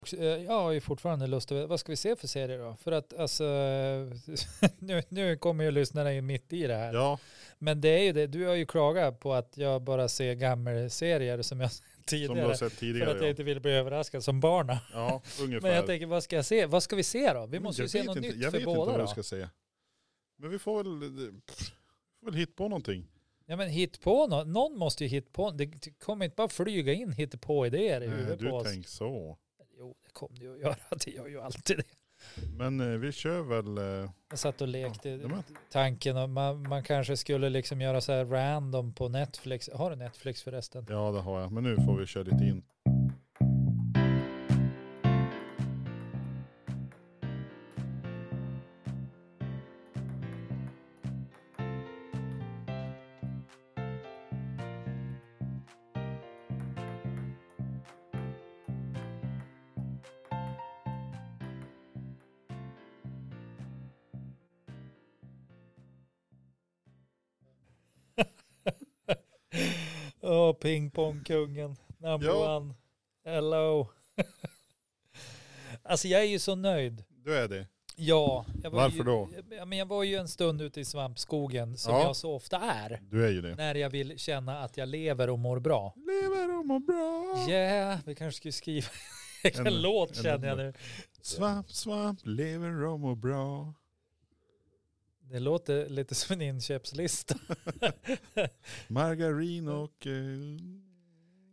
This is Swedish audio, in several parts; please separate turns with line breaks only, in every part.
och eh, jag har ju fortfarande lust att vad ska vi se för serie då? För att alltså, nu, nu kommer ju lyssnarna in mitt i det här.
Ja,
Men det är ju det, du har ju klagat på att jag bara ser gammelserier som jag sett
som du har
tidigare.
sett
För att jag
tidigare.
inte vill bli överraskad som barna.
Ja, ja ungefär.
Men jag tänker, vad ska jag se? Vad ska vi se då? Vi
Men
måste
Mm, jag
ju se
vet
något
inte,
nytt
Jag
för
vet inte
båda
vad vi
då.
ska säga. Men vi får väl, pff, vi får väl hitta på någonting.
Ja men hit på något. Någon måste ju hitta på. Det kommer inte bara flyga in hitta på idéer i
Nej,
huvudet på
Eh, du
oss.
tänker så.
Jo, det kommer det ju att göra. Det gör ju alltid det.
Men eh, vi kör väl, eh,
Jag satt och lekte
ja, men-
tanken om man, man kanske skulle liksom göra så här random på Netflix. Har du Netflix förresten?
ja det har jag. Men nu får vi köra lite in.
Åh, pingpongkungen. Number
Ja.
one. Hello. alltså jag är ju så nöjd.
Du är det.
Ja. Jag var
Varför
ju,
då?
Ja, men jag var ju en stund ute i svampskogen som
Ja.
jag så ofta är.
Du är ju det.
När jag vill känna att jag lever och mår bra.
Lever och mår bra.
Yeah, vi kanske skulle skriva en,
En-
låt
en
känner jag
låt.
nu.
Svamp, svamp, lever och mår bra.
Det låter lite som en inköpslista.
Margarin och... Eh,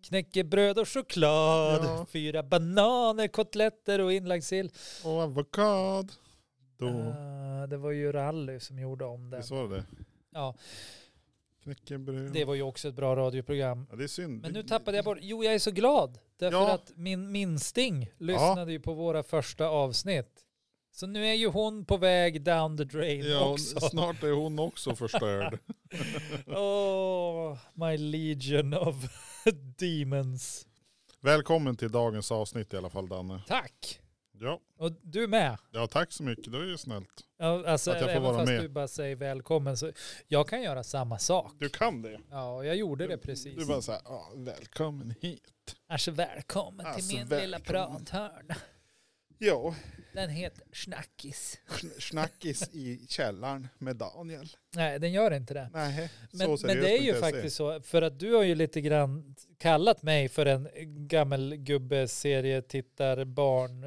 Knäckebröd och choklad,
Ja.
fyra bananer, kotletter och inlagd sill.
Och avokad. Då,
Ah, det var ju Rally som gjorde om den.
visst var det det?
Ja,
Knäckebröd.
det var ju också ett bra radioprogram.
ja, det är synd.
Men nu tappade jag bort, jo jag är så glad. Därför
Ja.
att min minsting lyssnade ju på våra första avsnitt. Så nu är ju hon på väg down the drain
Ja, och
också.
snart är hon också förstörd.
Oh, my legion of demons.
Välkommen till dagens avsnitt i alla fall Danne.
Tack!
Ja,
Och du med.
ja tack så mycket. Det är ju snällt.
Ja, Alltså,
Att jag får
även
vara
fast
med.
du bara säger välkommen så jag kan göra samma sak.
Du kan det.
Ja, och jag gjorde det precis.
Du bara så här, ja, välkommen hit.
Alltså välkommen
Alltså,
till min lilla
välkommen.
prathörna.
Ja,
Den heter Snackis.
sn- snackis i källaren med Daniel.
Nej, den gör inte det.
Nej,
Men,
så
men
seriöst E.
det är
vill
ju
jag se.
faktiskt så, för att du har ju lite grann kallat mig för en gammelgubbe serietittar barn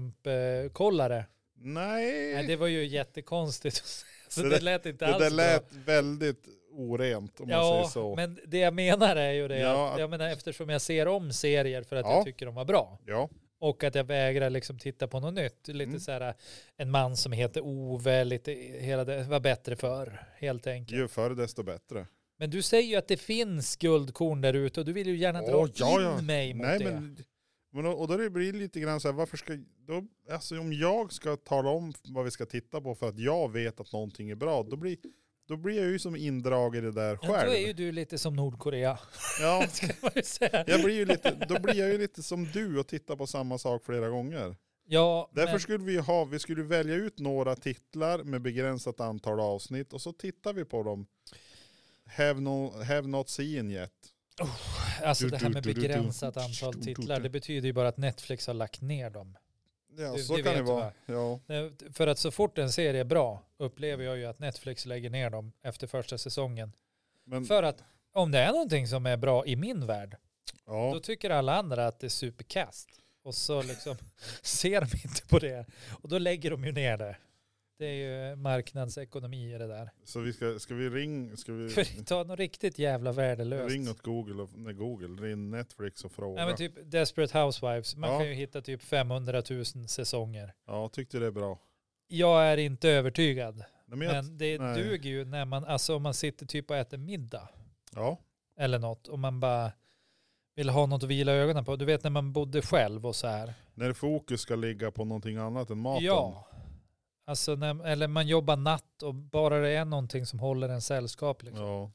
rumpekollare.
Nej,
Nej, det var ju jättekonstigt. Så
Det
det,
där-
lät inte
det
alls
där
bra.
lät väldigt orent om man säger
Ja,
så.
men det jag menar är ju det
Ja,
att, jag menar, eftersom jag ser om serier för att
Ja.
jag tycker de var bra.
Ja,
Och att jag vägrar liksom titta på något nytt. Lite
Mm.
så här, en man som heter Ove, lite hela det var bättre för helt enkelt.
ju förr desto bättre.
Men du säger ju att det finns guldkorn där ute och du vill ju gärna dra
Åh, ja, ja.
in mig mot
Nej
det.
men, men och och då det blir lite grann så här, varför ska, då, alltså om jag ska tala om vad vi ska titta på för att jag vet att någonting är bra, då blir, då blir jag ju som indragen i det där
Ja,
själv.
Då är ju du lite som Nordkorea.
Ja,
Kan man ju säga.
jag blir ju lite, då blir jag ju lite som du och tittar på samma sak flera gånger.
Ja,
Därför
men,
skulle vi ha, vi skulle välja ut några titlar med begränsat antal avsnitt och så tittar vi på dem. Have, no, have not seen yet.
alltså
Du,
det här
du,
med
du, du, du.
begränsat antal
Du, du, du.
titlar, det betyder ju bara att Netflix har lagt ner dem.
Ja,
Det-
så
det
kan det
vet
vara. Ja.
Nej, För att så fort en serie är bra upplever jag ju att Netflix lägger ner dem efter första säsongen.
Men,
För att om det är någonting som är bra i min värld,
ja.
då tycker alla andra att det är superkast. Och så liksom ser de inte på det. Och då lägger de ju ner det. Det är ju marknadsekonomi i det där.
Så vi ska, ska vi ringa, ska vi
För ta något riktigt jävla värdelöst.
ring åt Google, och, nej Google, ring Netflix och fråga.
Nej men typ Desperate Housewives, man
Ja.
kan ju hitta typ 500 000 säsonger.
Ja, tyckte det är bra.
Jag är inte övertygad.
Nej, men jag,
Men det
nej.
duger ju när man, alltså om man sitter typ och äter middag.
ja,
eller något och man bara vill ha något att vila ögonen på. Du vet när man bodde själv och så här.
när fokus ska ligga på någonting annat än maten.
Ja. Alltså när, eller man jobbar natt och bara det är någonting som håller en sällskap. Liksom.
Ja,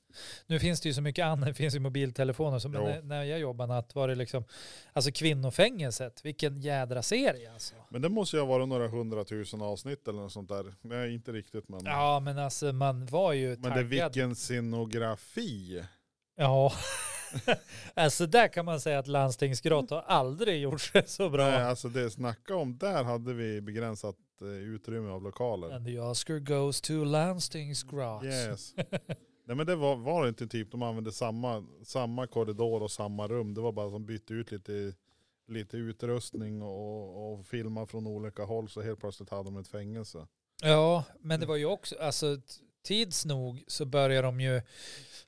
Nu finns det ju så mycket annat, det finns ju mobiltelefoner. Så, men
Jo.
när, när jag jobbade natt var det liksom, alltså kvinnofängelset, vilken jädra serie alltså.
men det måste ju ha varit några hundratusen avsnitt eller något sånt där. Nej, inte riktigt men.
Ja men alltså man var ju
men det är
taggad.
vilken scenografi.
Ja, alltså där kan man säga att landstingsgrått har aldrig gjort sig så bra.
Nej, alltså det snacka om, där hade vi begränsat eh, utrymme av lokaler.
And the Oscar goes to landstingsgrått.
Yes. Nej men det var, var det inte typ, de använde samma, samma korridor och samma rum. Det var bara som bytte ut lite, lite utrustning och, och filma från olika håll. Så helt plötsligt hade de ett fängelse.
Ja, men det var ju också, alltså t- tids nog så börjar de ju,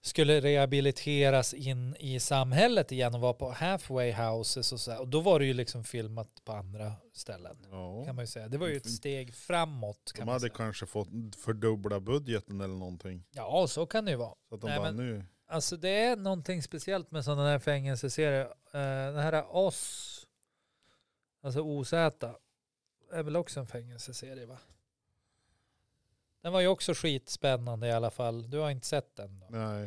skulle rehabiliteras in i samhället igen och vara på halfway houses och så här. Och då var det ju liksom filmat på andra ställen
Ja. Mm.
kan man ju säga. Det var ju ett steg framåt kan
De
man
hade
säga.
kanske fått fördubbla budgeten eller någonting.
Ja, så kan det ju vara.
Så att de
Nej,
bara
men-
nu.
Alltså det är någonting speciellt med sådana här fängelseserier. Uh, den här OSS, alltså OZ, är väl också en fängelseserie va? Den var ju också skitspännande i alla fall. Du har inte sett den då?
Nej.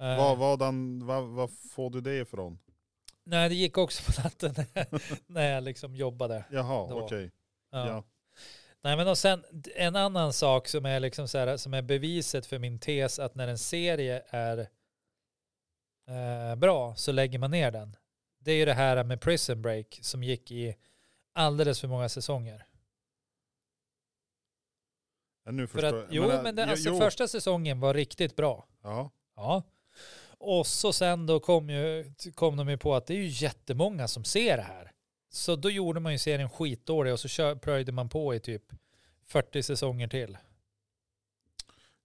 Eh,
Vad, vad, den, vad, vad får du det ifrån?
Nej, det gick också på natten när jag liksom jobbade.
Jaha,
Då.
okej.
Ja.
Ja.
Nej, men och sen en annan sak som är, liksom så här, som är beviset för min tes att när en serie är eh, bra så lägger man ner den. Det är ju det här med Prison Break som gick i alldeles för många säsonger.
Ja, nu
För
förstår
att,
jag.
jo,
äh,
men det,
jo,
alltså,
jo.
första säsongen var riktigt bra.
Ja,
Ja. Och så sen då kom, ju, kom de ju på att det är ju jättemånga som ser det här. Så då gjorde man ju serien skitdålig och så kör, plöjde man på i typ 40 säsonger till.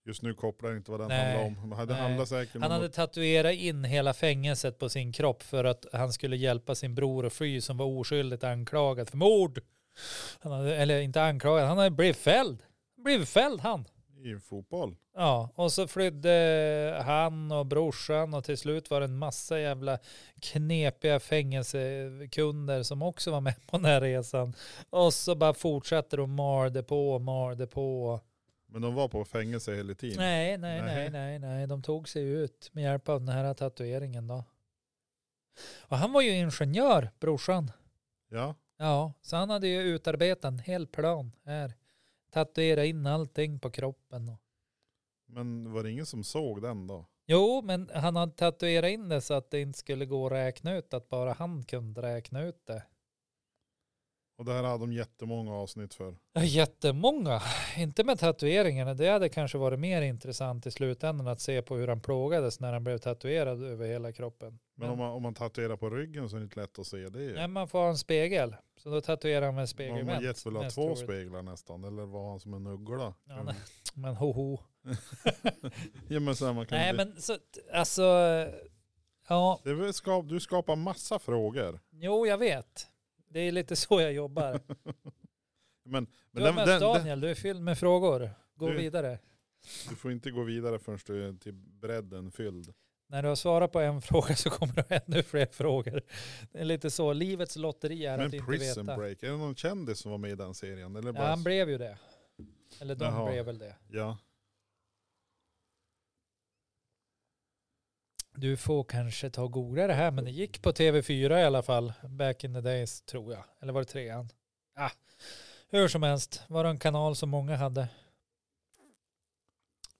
just nu kopplar jag inte vad den
Nej.
handlar om. Men Det
Nej.
handlar säkert om...
Han hade tatuerat in hela fängelset på sin kropp för att han skulle hjälpa sin bror att fly som var oskyldigt anklagad för mord. Han hade, eller inte anklagad, han hade blivit fälld. Blivit fälld han.
I fotboll.
Ja, och så flydde han och brorsan och till slut var det en massa jävla knepiga fängelsekunder som också var med på den här resan. Och så bara fortsatte de och marde på och marde på.
Men de var på fängelse hela tiden.
Nej, nej, nej,
Nej.
nej, nej, de tog sig ut med hjälp av den här tatueringen då. Och han var ju ingenjör, brorsan.
Ja,
Ja, så han hade ju utarbetat en hel plan här. Tatuera in allting på kroppen. Och...
men var det ingen som såg den då?
Jo, men han hade tatuerat in det så att det inte skulle gå att räkna ut, att bara han kunde räkna ut det.
Och det här hade de jättemånga avsnitt för.
Ja, Jättemånga, inte med tatueringarna. Det hade kanske varit mer intressant i slutändan att se på hur han plågades när han blev tatuerad över hela kroppen.
Men om, man, om man tatuerar på ryggen så är det inte lätt att se det. ju.
Nej, man får ha en spegel. Så då tatuerar han med en spegel.
man har gett väl ha
mest
två
troligt.
speglar nästan. Eller var han som en uggla?
Ja, nej. Men hoho.
ja men så här, man kan
Nej,
bli...
men så, alltså, ja,
det är väl skap... Du skapar massa frågor.
jo, jag vet. Det är lite så jag jobbar.
Men, men
Du har
den,
mött
den, den,
Daniel, du är fylld med frågor. Gå
Du-
vidare.
Du får inte gå vidare förrän du är till bredden fylld.
När du har svarat på en fråga så kommer du ha ännu fler frågor. Det är lite så, livets lotteri är
Men
att inte
Prison
veta.
Break, är det någon kändis som var med i den serien? Eller
Ja,
bara...
han blev ju det. Eller de
Jaha.
blev väl det.
ja.
Du får kanske ta och googla det här, men det gick på TV4 i alla fall. Back in the days, tror jag. Eller var det trean? Ah, hur som helst, var det en kanal som många hade.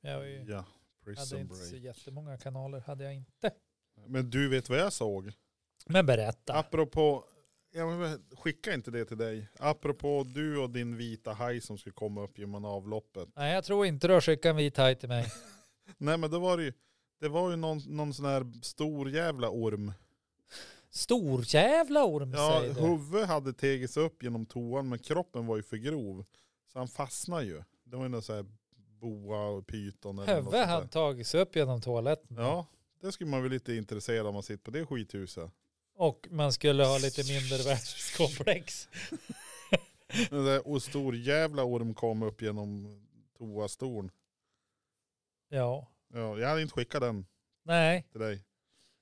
Jag var ju,
ja,
hade
Prison
inte så
Break.
jättemånga kanaler, hade jag inte.
Men du vet vad jag såg?
Men berätta.
Apropå, jag vill skicka inte det till dig. Apropå du och din vita haj som skulle komma upp genom avloppet.
Nej, jag tror inte du har skickat en vit haj till mig.
Nej men då var det ju, det var ju någon, någon sån här stor jävla orm.
Stor jävla orm
Ja,
säger du.
huvudet hade tegits upp genom toan men kroppen var ju för grov. Så han fastnade ju. Det var ju någon sån här boa och pyton eller något sånt
Höve
där.
hade tagit sig upp genom toaletten.
Ja, det skulle man väl lite intresserad om man sitter på det skithuset.
Och man skulle ha lite mindre världskomplex.
Den där och stor jävla orm kom upp genom toastorn.
Ja.
Ja, jag hade inte skickat den
Nej,
till dig.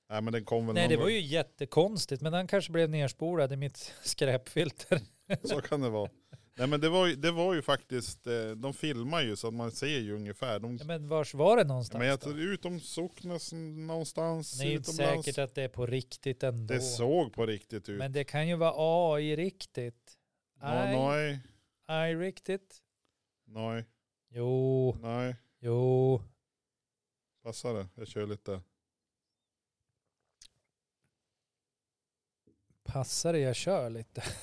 Nej men den kom väl
Nej,
någon
det var
gång.
ju jättekonstigt, men han kanske blev nerspolad i mitt skräpfilter.
Så kan det vara. Nej men det var ju, det var ju faktiskt, eh, de filmar ju så att man ser ju ungefär. De,
Ja, Men vars var det någonstans?
Mm. men jag
då?
tror utom Socknes någonstans
det är ju inte
utomlands.
säkert att det är på riktigt ändå.
det såg på riktigt ut.
Men det kan ju vara AI-riktigt.
Nå, nej,
AI-riktigt.
nej,
Jo,
nej.
jo.
Passar det? Jag kör lite.
passar det jag kör lite.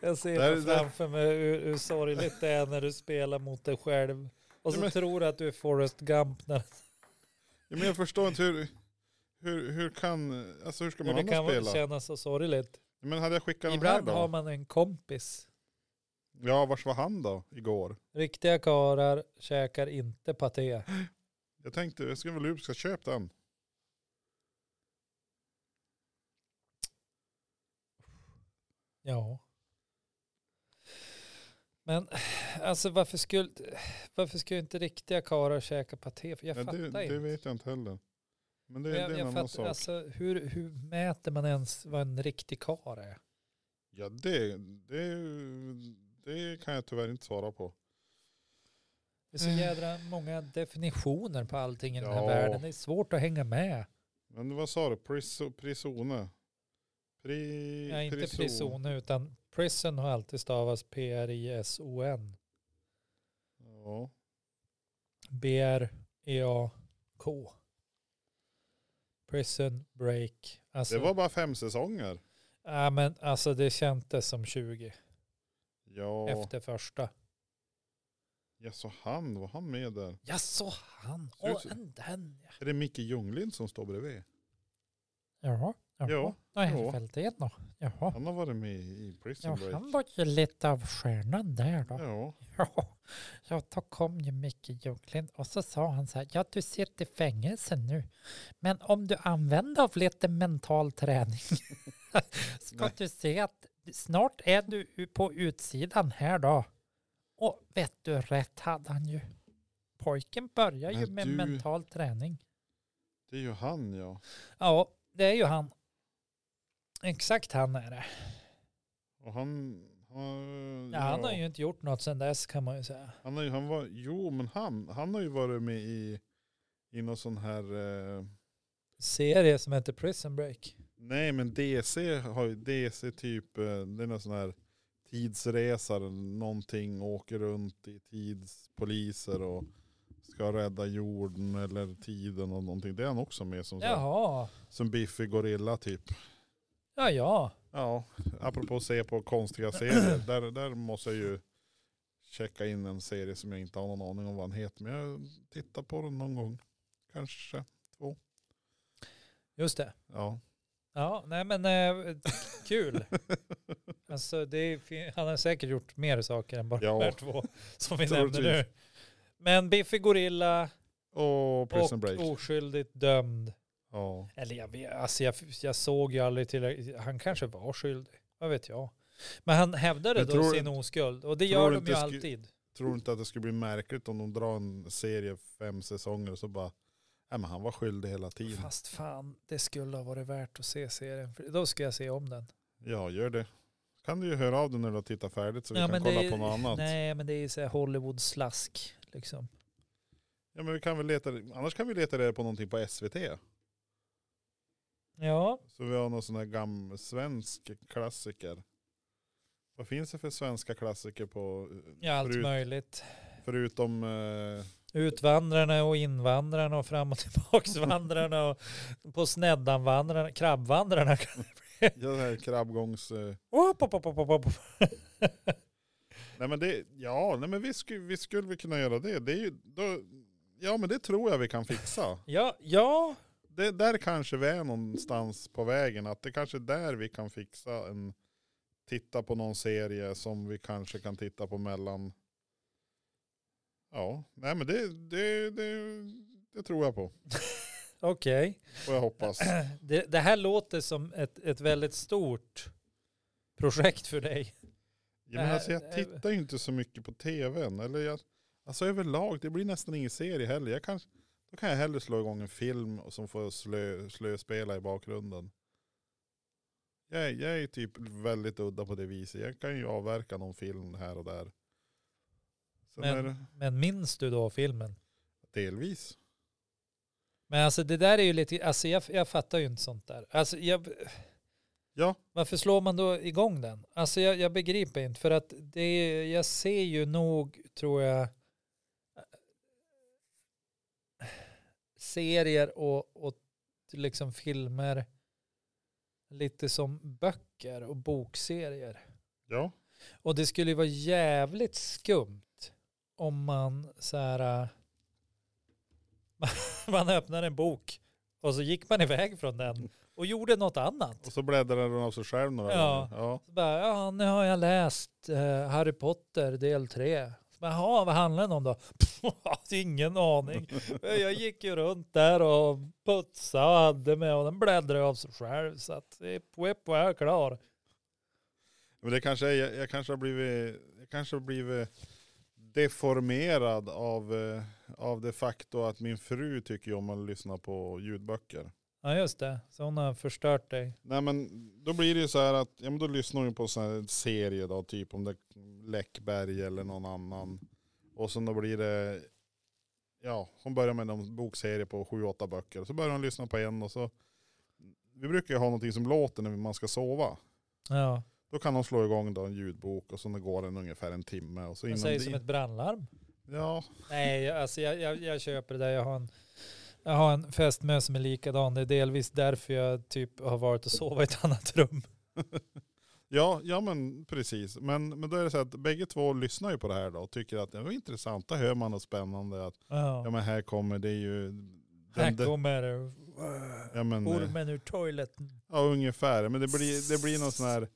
Jag ser
Där-
det
där-
framför mig hur, hur sorgligt det är när du spelar mot dig själv. Och så
Ja, men-
tror du att du är Forrest Gump. När,
Ja, men jag förstår inte hur, hur, hur kan, alltså hur ska man
det
annars
kan väl
spela?
kännas så sorgligt.
Men hade jag skickat den här
Ibland
då?
har man en kompis.
Ja, vars var han då igår?
Riktiga karar käkar inte paté.
Jag tänkte, jag skulle väl upp, ska köpa den.
Ja. Men alltså varför skulle, varför skulle inte riktiga karar käka paté? För Jag
Ja,
fattar
det,
inte.
det vet jag inte heller. Men det,
Men jag,
det är en
jag
annan
fattar,
sak.
alltså, hur, hur mäter man ens vad en riktig kar är?
Ja, det, det, det kan jag tyvärr inte svara på.
Det är så
Mm.
jädra många definitioner på allting i den
Ja.
här världen. Det är svårt att hänga med.
Men vad sa du? Priso, prisone? Pri,
Ja, inte
priso-
prison utan prison har alltid stavats P-R-I-S-O-N.
Ja.
E B-R-E-A-K. Prison break. Alltså,
Det var bara fem säsonger.
Ja, men alltså det kändes som 20
Ja,
efter första.
ja så han, var han med där?
Ja, så han.
Ser ut
Och
så-
en den ja.
Är det Micke Ljunglind som står bredvid?
Jaha. Jaha.
Ja,
Nej,
ja.
väl det då. Jaha.
Han har varit med i Prison
Ja,
Break.
han var ju lite av stjärnan där då.
Ja,
Ja, ja då kom ju Micke Ljunglind och så sa han så här, ja du sitter i fängelse nu, men om du använder av lite mental träning ska
Nej.
du se att snart är du ju på utsidan här då. Och vet du, rätt hade han ju. Pojken börjar ju
Men
med
du-
mental träning.
det är ju han ja.
Ja, det är ju han. Exakt han är det.
Och han... Han,
Ja, han har ju inte gjort något sedan dess kan man ju säga.
Han har ju, han var, jo men han, han har ju varit med i, i någon sån här, eh,
Serie som heter Prison Break.
nej men DC har ju, DC typ, eh, det är någon sån här tidsresa eller någonting, åker runt i tidspoliser och ska rädda jorden eller tiden och någonting. Det är han också med som, så här,
Jaha.
som Biffy Gorilla typ.
Ja, ja.
Ja, apropå att se på konstiga serier, där, där måste jag ju checka in en serie som jag inte har någon aning om vad den heter. Men jag tittar på den någon gång, kanske.
Just det.
Ja.
Ja, nej men eh, kul. Alltså, det är, fin- han har säkert gjort mer saker än bara
Ja.
de här två som vi nämnde
Troligtvis.
nu. Men Biffy Gorilla
Och Prison
och
Break.
oskyldigt dömd.
Ja.
Eller jag, vet, alltså jag, jag såg ju aldrig tillräckligt. Han kanske var skyldig, vad vet jag. Men han hävdade
Men
då
tror-
sin oskuld och det
tror
gör
du
de
inte
ju
sku-
alltid.
Tror inte att det skulle bli märkligt om de drar en serie fem säsonger och så bara, nej men han var skyldig hela tiden.
Fast fan, det skulle ha varit värt att se serien. För då ska jag se om den.
Ja, gör det. Kan du ju höra av dig när du har tittat färdigt så vi
Ja,
kan
men
kolla
det är-
på något annat.
Nej, men det är ju så här Hollywood-slask liksom.
Ja men vi kan väl leta, annars kan vi leta reda på någonting på SVT.
Ja,
Så vi har någon sån här gam svensk klassiker. Vad finns det för svenska klassiker på,
Ja, allt
förut,
möjligt.
förutom, eh,
Utvandrarna och invandrarna och fram och tillbaksvandrarna och på sneddanvandrarna, krabbvandrarna.
ja, det här krabbgångs... Eh,
Upp, upp, upp, upp, upp, upp.
nej men det, ja, nej men vi skulle, vi skulle väl kunna göra det. det är ju, då, ja men det tror jag vi kan fixa.
Ja, ja,
Det, där kanske vi är någonstans på vägen, att det kanske är där vi kan fixa en, titta på någon serie som vi kanske kan titta på mellan, ja, nej men det, det, det, det tror jag på.
okej.
Får jag hoppas.
Det, det här låter som ett, ett väldigt stort projekt för dig.
Ja, men
Äh,
alltså jag
äh,
tittar ju inte så mycket på tvn. Eller jag, alltså överlag, det blir nästan ingen serie heller. Jag kan, då kan jag hellre slå igång en film och som får slö, slöspela i bakgrunden. Jag, är- jag är typ väldigt udda på det viset. Jag kan ju avverka någon film här och där. Sen är det
Men, men minns du då filmen?
delvis.
Men alltså det där är ju lite, alltså jag, jag fattar ju inte sånt där. Alltså jag,
Ja,
Varför slår man då igång den? Alltså jag, jag begriper inte för att det är, jag ser ju nog tror jag serier och, och liksom filmer lite som böcker och bokserier.
Ja,
Och det skulle ju vara jävligt skumt om man så här, äh, man öppnade en bok och så gick man iväg från den och gjorde något annat.
och så bläddrar den av sig själv några
Ja.
gånger. Ja.
Så bara, ja, nu har jag läst eh, Harry Potter del 3. Så bara, Jaha, vad handlar den om då? Pff, Ingen aning. Jag gick ju runt där och putsade och hade med och den bläddrade av sig själv. Så att, whip, whip, och jag är klar.
Men det kanske är, jag, jag kanske har blivit, jag kanske har blivit deformerad av, eh, av det faktum att min fru tycker ju om att lyssna på ljudböcker.
Ja, just det. Så hon har förstört dig.
Nej men då blir det ju så här att, ja men då lyssnar hon ju på en sån här serie då, typ om det är Läckberg eller någon annan. Och sen då blir det, ja hon börjar med en bokserie på sju, åtta böcker. Så börjar hon lyssna på en och så, vi brukar ju ha någonting som låter när man ska sova.
Ja,
Då kan hon slå igång då en ljudbok och så går den ungefär en timme. Och så
hon
innan
säger
det-
som ett brandlarm.
Ja,
Nej, jag- alltså jag, jag, jag köper det där. Jag har en, jag har en fästmö som är likadan. Det är delvis därför jag typ har varit och sova i ett annat rum.
ja, ja men precis. Men, men då är det så att bägge två lyssnar ju på det här då och tycker att det var intressant. Där hör man något spännande. Att, ja
Ja.
men här kommer det ju... Den,
Här
den,
kommer
ja, men, eh,
ormen ur toaletten.
ja ungefär. Men det blir, det blir någon sån här...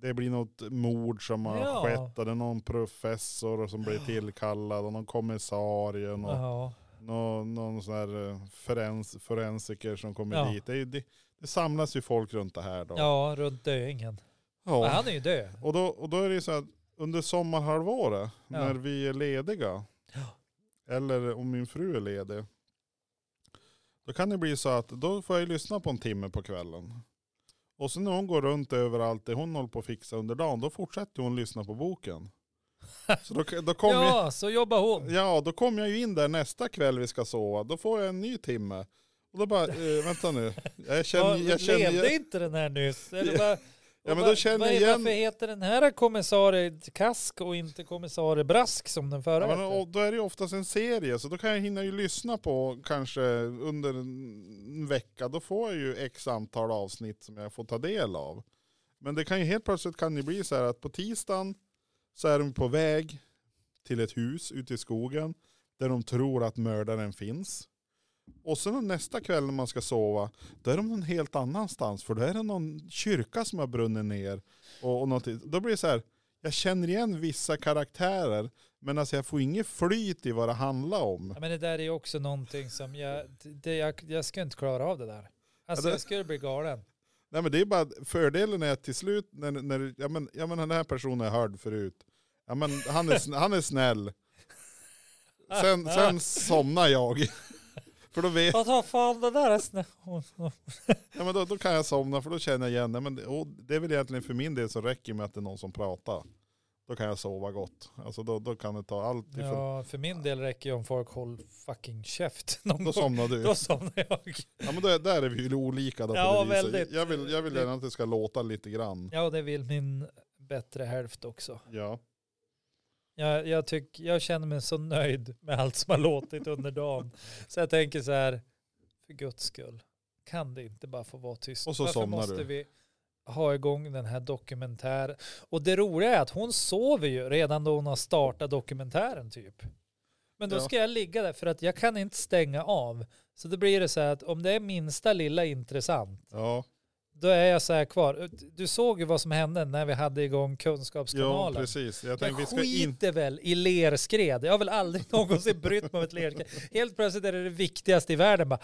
Det blir något mord som har
Ja.
skett och det är någon professor som blir tillkallad och någon kommissarie och någon,
Ja.
någon, någon sån här eh, forens, forensiker som kommer
Ja.
dit. Det, är ju- det, det samlas ju folk runt det här då.
ja, runt döingen.
Ja.
Men han är ju död.
Och då, och då är det ju så att under sommarhalvåret
Ja.
när vi är lediga,
Ja.
eller om min fru är ledig, då kan det bli så att då får jag ju lyssna på en timme på kvällen. Och sen när hon går runt överallt det hon håller på att fixa under dagen, då fortsätter hon lyssna på boken. Så då, då kommer
ja, så jobbar hon.
Ja, då kom jag ju in där nästa kväll vi ska sova. Då får jag en ny timme. Och då bara, eh, vänta nu. Jag känner,
Jag,
jag känner,
Levde
jag,
inte den här nyss? Eller vad-
Ja, men
vad-
då känner
vad-
jag igen-
Varför heter den här kommissarie Kask och inte kommissarie Brask som den förra
ja, men,
hette?
och då är det ju oftast en serie, så då kan jag hinna ju lyssna på kanske under en vecka. Då får jag ju x antal avsnitt som jag får ta del av. Men det kan ju helt plötsligt kan det bli så här att på tisdagen så är de på väg till ett hus ute i skogen där de tror att mördaren finns. Och sen nästa kväll när man ska sova, då är de någon helt annanstans. För då är det någon kyrka som har brunnit ner. Och, och något, då blir det så här, jag känner igen vissa karaktärer, men alltså jag får inget flyt i vad det handlar om.
Ja, men det där är ju också någonting som jag, det, jag, jag skulle inte klara av det där. Alltså
Ja, det-
jag skulle bli galen.
Nej men det är bara fördelen är att till slut, när, när, ja, men, ja men den här personen är hörd förut. Ja men han är, sn- han är snäll. Sen, sen somnar jag. För då vet
Ah, Vad tar fan det där är snö.
ja, men då, då kan jag somna för då känner jag igen, nej, men det, och det är väl egentligen för min del så räcker med att det är någon som pratar. Då kan jag sova gott. Alltså då, då kan det ta allt ifrån,
Ja, för min del räcker ju om folk håller fucking käft någon
då
gång.
somnar du.
Då somnar jag.
Ja men där, där är vi ju olika då på
Ja,
det viset.
väldigt.
Jag vill, jag vill
Det-
gärna att det ska låta lite grann.
Ja, det vill min bättre hälft också.
Ja.
Jag, jag, tyck, jag känner mig så nöjd med allt som har låtit under dagen. Så jag tänker så här, för guds skull, kan det inte bara få vara tyst?
Och så
Varför
somnar
måste
du.
vi ha igång den här dokumentären? Och det roliga är att hon sover ju redan då hon har startat dokumentären typ. Men då
Ja.
ska jag ligga där för att jag kan inte stänga av. Så då blir det så här att om det är minsta lilla intressant,
Ja,
då är jag så här kvar. Du såg ju vad som hände när vi hade igång
ja
kunskapskanalen.
precis. Jag
Jag
tänkte vi ska in...
skiter väl i lerskred. Jag har väl aldrig någonsin brytt mig om ett lerskred. Helt plötsligt är det det viktigaste i världen. Bara,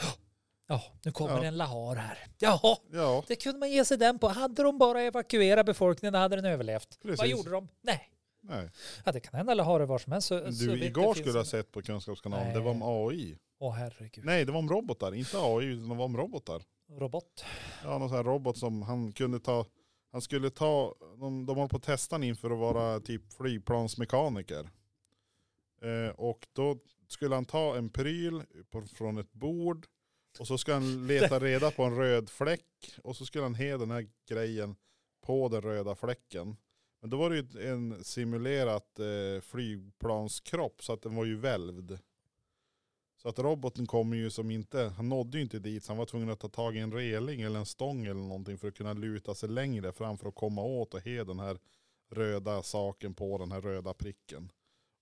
Ja, nu kommer
Ja.
det en lahar här. Jaha,
Ja,
det kunde man ge sig den på. Hade de bara evakuerat befolkningen hade den överlevt. Vad
Precis.
gjorde de? Nej,
nej.
ja, det kan hända laharer var som helst. Så, så
Du,
vitt det
igår
finns
skulle ha
en-
sett på Kunskapskanalen,
Nej.
det var om AI.
Åh herregud,
Nej, det var om robotar. Inte AI, utan det var om robotar.
robot.
Ja, någon sån här robot som han kunde ta, han skulle ta, de, de håller på att testa han inför att vara typ flygplansmekaniker. Eh, och då skulle han ta en pryl på, från ett bord och så skulle han leta reda på en röd fläck och så skulle han he den här grejen på den röda fläcken. Men då var det ju en simulerat eh, flygplanskropp så att den var ju välvd. Så att roboten kommer ju som inte, han nådde ju inte dit så han var tvungen att ta tag i en reling eller en stång eller någonting för att kunna luta sig längre fram för att komma åt och he den här röda saken på den här röda pricken.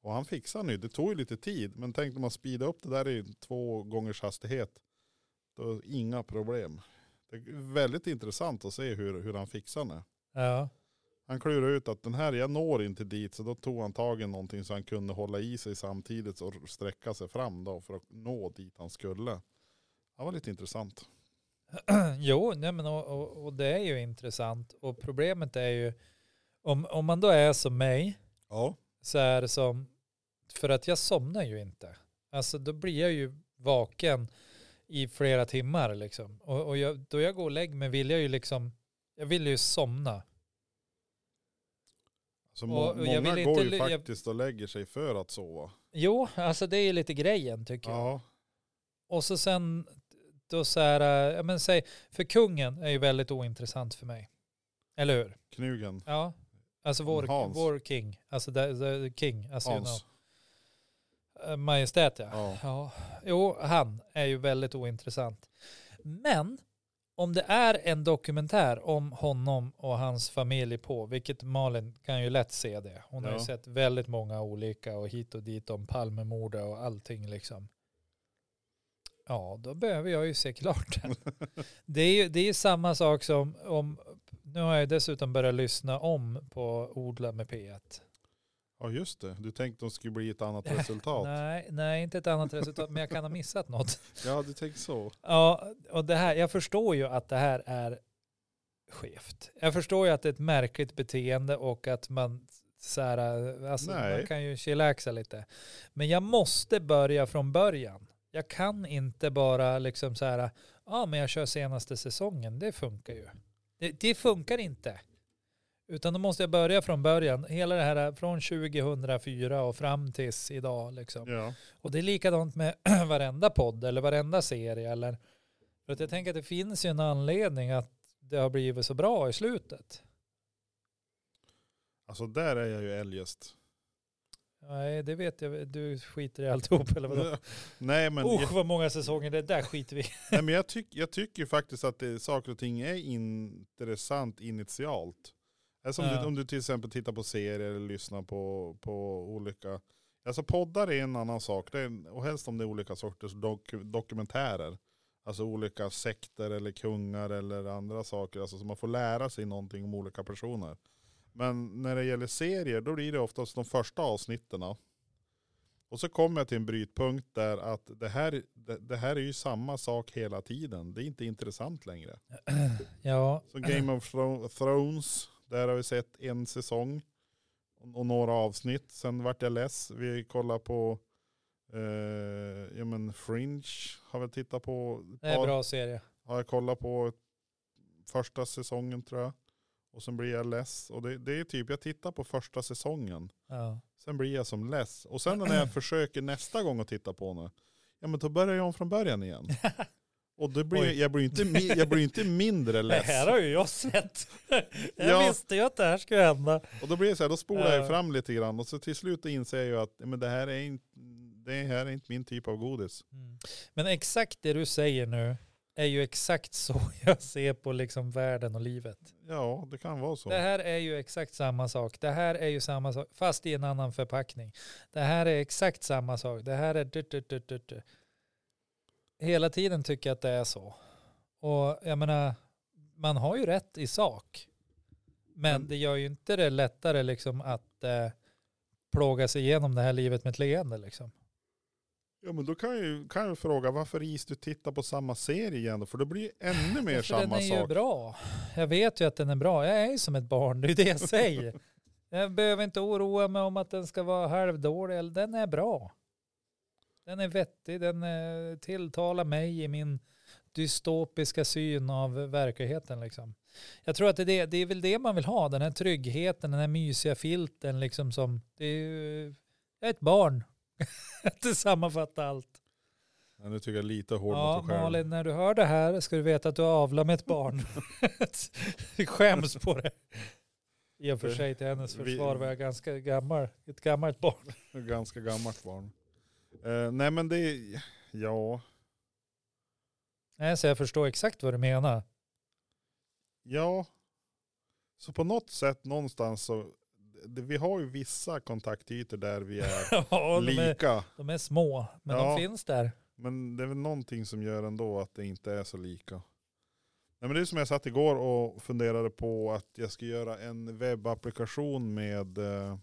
Och han fixade nu, det tog ju lite tid men tänk om man speedar upp det där i två gångers hastighet. Då inga problem. Det är väldigt intressant att se hur, hur han fixar det.
Ja.
Han klurade ut att den här, jag når inte dit. Så då tog han tag i någonting så han kunde hålla i sig samtidigt och sträcka sig fram då för att nå dit han skulle. Det var lite intressant.
Jo, nej men och, och, och det är ju intressant. Och problemet är ju, om, om man då är som mig,
Ja.
så är det som, för att jag somnar ju inte. Alltså då blir jag ju vaken i flera timmar liksom. Och, och jag, då jag går och lägger mig vill jag ju liksom, jag vill ju somna.
Så
Och-
må,
och jag
Alltså, många
vill
går
inte
ju
lu- jag-
faktiskt och lägger sig för att sova.
Jo, alltså det är ju lite grejen tycker jag.
Ja.
Och så sen, då så här, äh, ja men säg, för kungen är ju väldigt ointressant för mig. Eller hur?
Knugen.
Ja. Alltså vår,
Mm, Hans.
vår king. Alltså the, the king. Alltså, you know.
Hans.
Eh, Majestät ja.
Ja.
ja. Jo, han är ju väldigt ointressant. Men om det är en dokumentär om honom och hans familj på, vilket Malin kan ju lätt se det. Hon har ju
Ja.
sett väldigt många olika och hit och dit om Palmemordet och allting liksom. Ja, då behöver jag ju se klart den. Det är ju, det är ju samma sak som om, nu har jag dessutom börjat lyssna om på Odla med P1.
Ja just det, du tänkte att det skulle bli ett annat resultat.
Nej, nej, inte ett annat resultat, men jag kan ha missat något.
ja du tänkte så.
Ja, och det här, jag förstår ju att det här är skevt. Jag förstår ju att det är ett märkligt beteende och att man, så här, alltså,
Nej.
man kan ju chillaxa lite. Men jag måste börja från början. Jag kan inte bara liksom så här, ja men jag kör senaste säsongen, det funkar ju. Det, det funkar inte. Utan då måste jag börja från början. Hela det här från 2004 och fram tills idag liksom.
Ja.
Och det är likadant med varenda podd eller varenda serie. Eller, för att jag tänker att det finns ju en anledning att det har blivit så bra i slutet.
Alltså där är jag ju eljest.
Nej, det vet jag. Du skiter i alltihop eller vadå? Oh.
Nej men jag-
Usch vad många säsonger, det där skiter vi i.
Nej, men jag, tyck, jag tycker faktiskt att det, saker och ting är intressant initialt. Alltså om,
Ja.
du, om du till exempel tittar på serier eller lyssnar på, på olika, alltså poddar är en annan sak, det är, en- och helst om det är olika sorters dok, dokumentärer. Alltså olika sekter eller kungar eller andra saker, alltså så man får lära sig någonting om olika personer. Men när det gäller serier då blir det oftast de första avsnitten. Och så kommer jag till en brytpunkt där att det här, det, det här är ju samma sak hela tiden. Det är inte intressant längre.
Ja,
Så Game of Thro- Thrones, där har vi sett en säsong och- och några avsnitt. Sen vart jag less. Vi kollar på eh, ja men Fringe har vi tittat på. ett
det är en
par-
bra serie.
har jag kollat på första säsongen tror jag. Och sen blir jag less. Och det, det är typ, jag tittar på första säsongen.
Ja.
Sen blir jag som less. Och sen när jag försöker nästa gång att titta på henne, ja men då börjar jag om från början igen. Och det blir,
Oj.
jag, blir ju inte, mi- jag blir ju inte mindre
Det
less.
här har ju jag sett. Jag
Ja.
visste ju att det här skulle hända.
Och då blir det så här, då spolar jag
Ja.
ju fram lite grann. Och så till slut inser jag ju att ja, men det, här är inte, det här är inte min typ av godis.
Mm. Men exakt det du säger nu är ju exakt så jag ser på liksom världen och livet.
Ja, det kan vara så.
Det här är ju exakt samma sak. Det här är ju samma sak, fast i en annan förpackning. Det här är exakt samma sak. Det här är... Du, du, du, du, du. Hela tiden tycker jag att det är så. Och jag menar, man har ju rätt i sak. Men
Men-
det gör ju inte det lättare liksom att eh, plåga sig igenom det här livet med ett leende liksom.
Ja men då kan jag ju kan jag ju fråga, varför is du tittar på samma serie igen då? För det blir ju ännu mer
För den
samma
är ju
sak.
bra. Jag vet ju att den är bra. Jag är ju som ett barn, det är ju det jag säger. jag behöver inte oroa mig om att den ska vara halvdålig. eller- Den är bra. Den är vettig, den eh, tilltalar mig i min dystopiska syn av verkligheten. Liksom. Jag tror att det är, det, det är väl det man vill ha, den här tryggheten, den här mysiga filten. Liksom som, det är ju, jag är ett barn. det sammanfattar allt.
Ja, nu tycker jag lite hård
Ja,
mot dig själv.
Malin, när du hör det här ska du veta att du avlar med ett barn. du skäms på det. I och för
Det-
sig till hennes
vi-
försvar var jag ganska gammal, ett gammalt barn.
Ganska gammalt barn. Eh, nej men det, Ja,
Nej, så jag förstår exakt vad du menar.
ja. Så på något sätt någonstans så, det- vi har ju vissa kontaktytor där vi är
Ja, de är,
lika.
de är små, men
Ja.
de finns där.
Men det är väl någonting som gör ändå att det inte är så lika. Nej, men det är som jag satt igår och funderade på att jag ska göra en webbapplikation med, eh,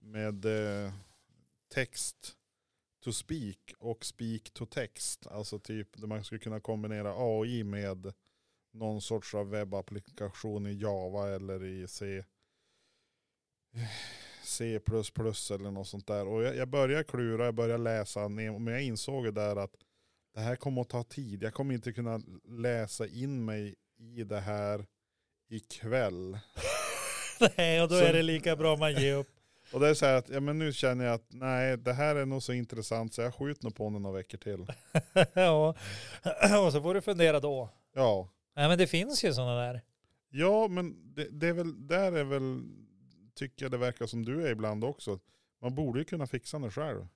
med eh, text to speak och speak to text. Alltså typ där man skulle kunna kombinera AI med någon sorts av webbapplikation i Java eller i C. C++ eller något sånt där. Och jag, jag började klura, jag började läsa ner, men jag insåg ju där att det här kommer att ta tid. Jag kommer inte kunna läsa in mig i det här ikväll.
Nej, och då
Så-
är det lika bra man ger upp.
Och det är så här att, ja men nu känner jag att nej, det här är nog så intressant så jag skjuter nog på den några veckor till.
ja. Och så får du fundera då.
Ja,
Nej, men det finns ju sådana där.
ja men det, det är väl, där är väl, tycker jag det verkar som du är ibland också. Man borde ju kunna fixa det själv.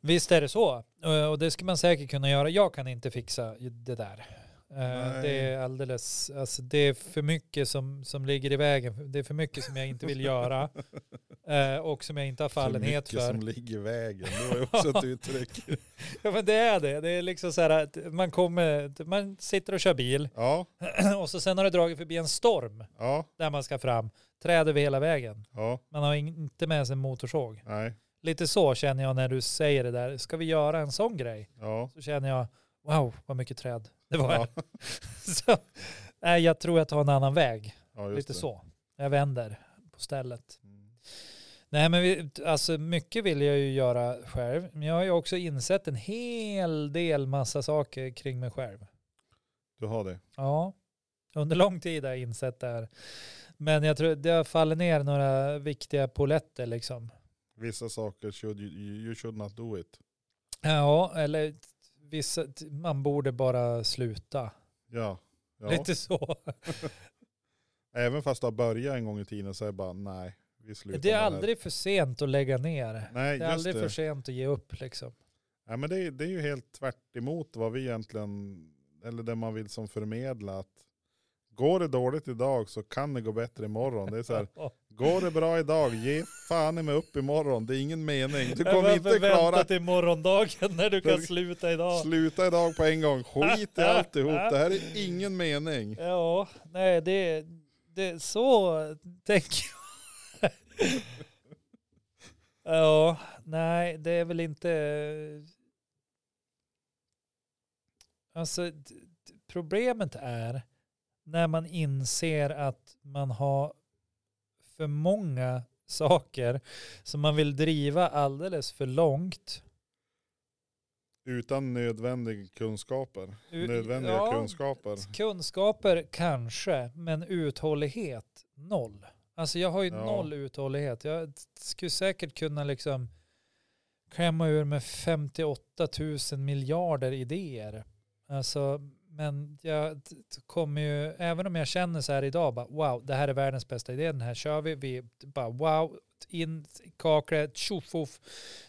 Visst är det så. Eh, Och det ska man säkert kunna göra. Jag kan inte fixa det där. Eh,
Nej.
Det är alldeles, alltså det är för mycket som, som ligger i vägen. Det är för mycket som jag inte vill göra eh, och som jag inte har fallenhet
mycket
för.
som ligger i vägen, det var ju också ett uttryck.
Ja men det är det. Det är liksom så här att man kommer, man sitter och kör bil
Ja,
och så sen har det dragit förbi en storm
ja,
där man ska fram. Träd över hela vägen.
ja,
Man har ing- inte med sig en motorsåg.
nej,
Lite så känner jag när du säger det där. Ska vi göra en sån grej?
ja.
så känner jag, wow vad mycket träd det var.
Ja,
Så, nej, jag tror jag tar en annan väg.
ja, just
Lite
det.
så. Jag vänder på stället.
Mm.
Nej, men vi, alltså, mycket vill jag ju göra själv. Men jag har ju också insett en hel del massa saker kring mig själv.
Du har det.
Ja, under lång tid har jag insett det här. Men jag tror det har fallit ner några viktiga poletter liksom.
Vissa saker, should you, you should not do it.
Ja, eller vissa, man borde bara sluta.
Ja. ja.
Lite så.
Även fast du har börjat en gång i tiden så är det bara nej, vi slutar
Det är
med här.
aldrig för sent att lägga ner.
Nej,
Det är
just
aldrig
det.
för sent att ge upp liksom.
Ja, men det, är- det är ju helt tvärt emot vad vi egentligen, eller det man vill som förmedla. Att går det dåligt idag så kan det gå bättre imorgon. Det är så här, går det bra idag, ge fan i mig upp imorgon. Det är ingen mening. Du kommer inte klara
vänta till morgondagen när du kan
För-
sluta idag.
Sluta idag på en gång, skit i alltihop. Det här är ingen mening.
Ja, nej det, det så tänker jag. ja, nej det är väl inte... Alltså d- d- problemet är när man inser att man har för många saker som man vill driva alldeles för långt.
Utan nödvändiga kunskaper.
U-
Nödvändiga
ja,
kunskaper.
Kunskaper kanske, men uthållighet noll. Alltså jag har ju
Ja.
noll uthållighet. Jag t- skulle säkert kunna liksom klämma ur med 58 000 miljarder idéer. Alltså, men jag t- t- kommer ju, även om jag känner så här idag, bara, wow, det här är världens bästa idé, den här kör vi, vi t- bara wow, in i kaklet, tjoff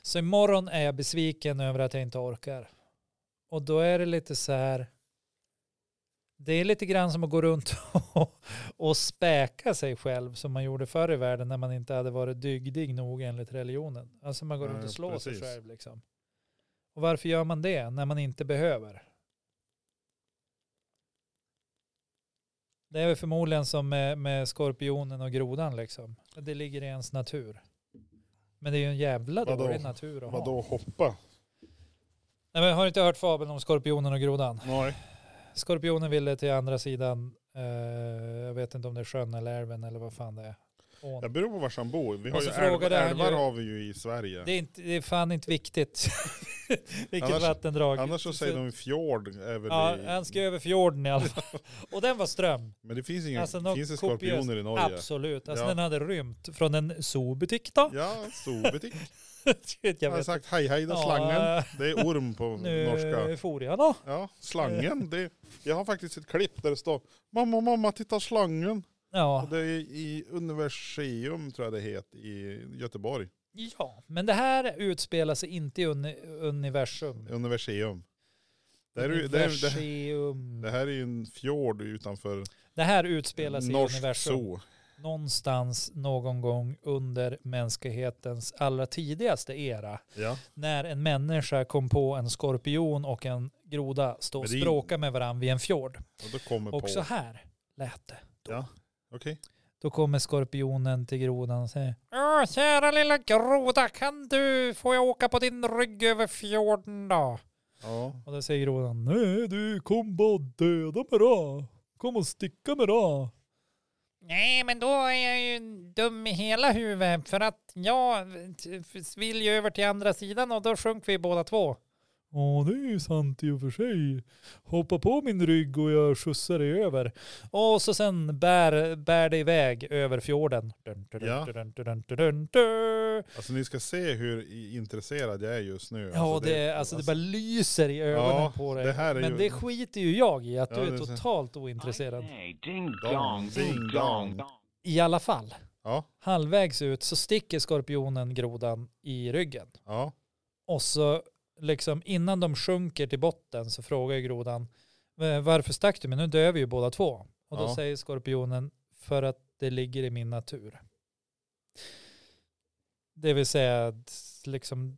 Så imorgon är jag besviken över att jag inte orkar. Och då är det lite så här, det är lite grann som att gå runt och, och späka sig själv som man gjorde förr i världen när man inte hade varit dygdig nog enligt religionen. Alltså man går
Nej,
runt och slår sig
precis.
själv liksom. Och varför gör man det när man inte behöver? Det är väl förmodligen som med, med skorpionen och grodan liksom. Det ligger i ens natur. Men det är ju en jävla
Vadå?
dålig natur att ha.
Vadå hoppa?
Nej, men har du inte hört fabeln om skorpionen och grodan?
Nej.
Skorpionen ville till andra sidan, eh, jag vet inte om det är sjön eller älven eller vad fan det är. Ån.
Jag beror på vars han bor. Vi har
Och
ju
så
älvar,
frågade han ju-
älvar har vi ju i Sverige.
Det är, inte, det är fan inte viktigt vilket
Annars-
vattendrag.
Annars så säger de fjord. Är väl
Ja,
i,
han ska över fjorden i alla fall. Och den var ström.
men det finns, ingen,
Alltså, något
finns det
kopiöst.
skorpioner i Norge?
Absolut. Alltså
Ja.
den hade rymt från en zoobutik då.
Ja, Sobetik.
jag
Han har
vet.
sagt hej hej då
Ja,
slangen.
eh,
Det är orm på norska.
Nu for jag då.
Ja, slangen. Det, jag har faktiskt ett klipp där det står Mamma, mamma, titta slangen.
Ja.
Och det är i Universium tror jag det heter i Göteborg.
Ja, men det här utspelar sig inte i uni- universum.
Universium. Det här, är ju- det, här- det, här-
Universum.
det här är ju en fjord utanför
Det här utspelar sig i
norskt
universum.
zoo.
Någonstans, någon gång under mänsklighetens allra tidigaste era.
Ja.
När en människa kom på en skorpion och en groda stå och
Men det är-
språka med varandra vid en fjord.
Och då kommer
Och så
på.
här lät det.
Okej.
Då kommer skorpionen till grodan och säger Åh, kära lilla groda, kan du, får jag åka på din rygg över fjorden då?
Ja.
Och då säger grodan Nej du, kom bara döda mig då. Kom och sticka mig då. Nej men då är jag ju dum i hela huvudet för att jag vill ju över till andra sidan och då sjönk vi båda två. Ja det är ju sant i och för sig. Hoppa på min rygg och jag skjutsar dig över. Och så sen bär, bär dig iväg över fjorden. Dun, dun,
Ja.
dun, dun, dun, dun, dun, dun.
Alltså ni ska se hur i- intresserad jag är just nu.
Ja, det, alltså, det bara lyser i ögonen
Ja,
på dig.
det här är
Men
ju-
det skiter ju jag i, att
Ja,
du
det
är
är så.
totalt ointresserad.
Hey, ding
Dong,
dong,
ding
ding dong.
dong.
I alla fall,
Ja,
halvvägs ut så sticker skorpionen grodan i ryggen.
ja.
Och så liksom innan de sjunker till botten så frågar ju grodan "Eh, varför stack du mig? Nu dör vi ju båda två. Och då
Ja.
säger skorpionen för att det ligger i min natur. Det vill säga att liksom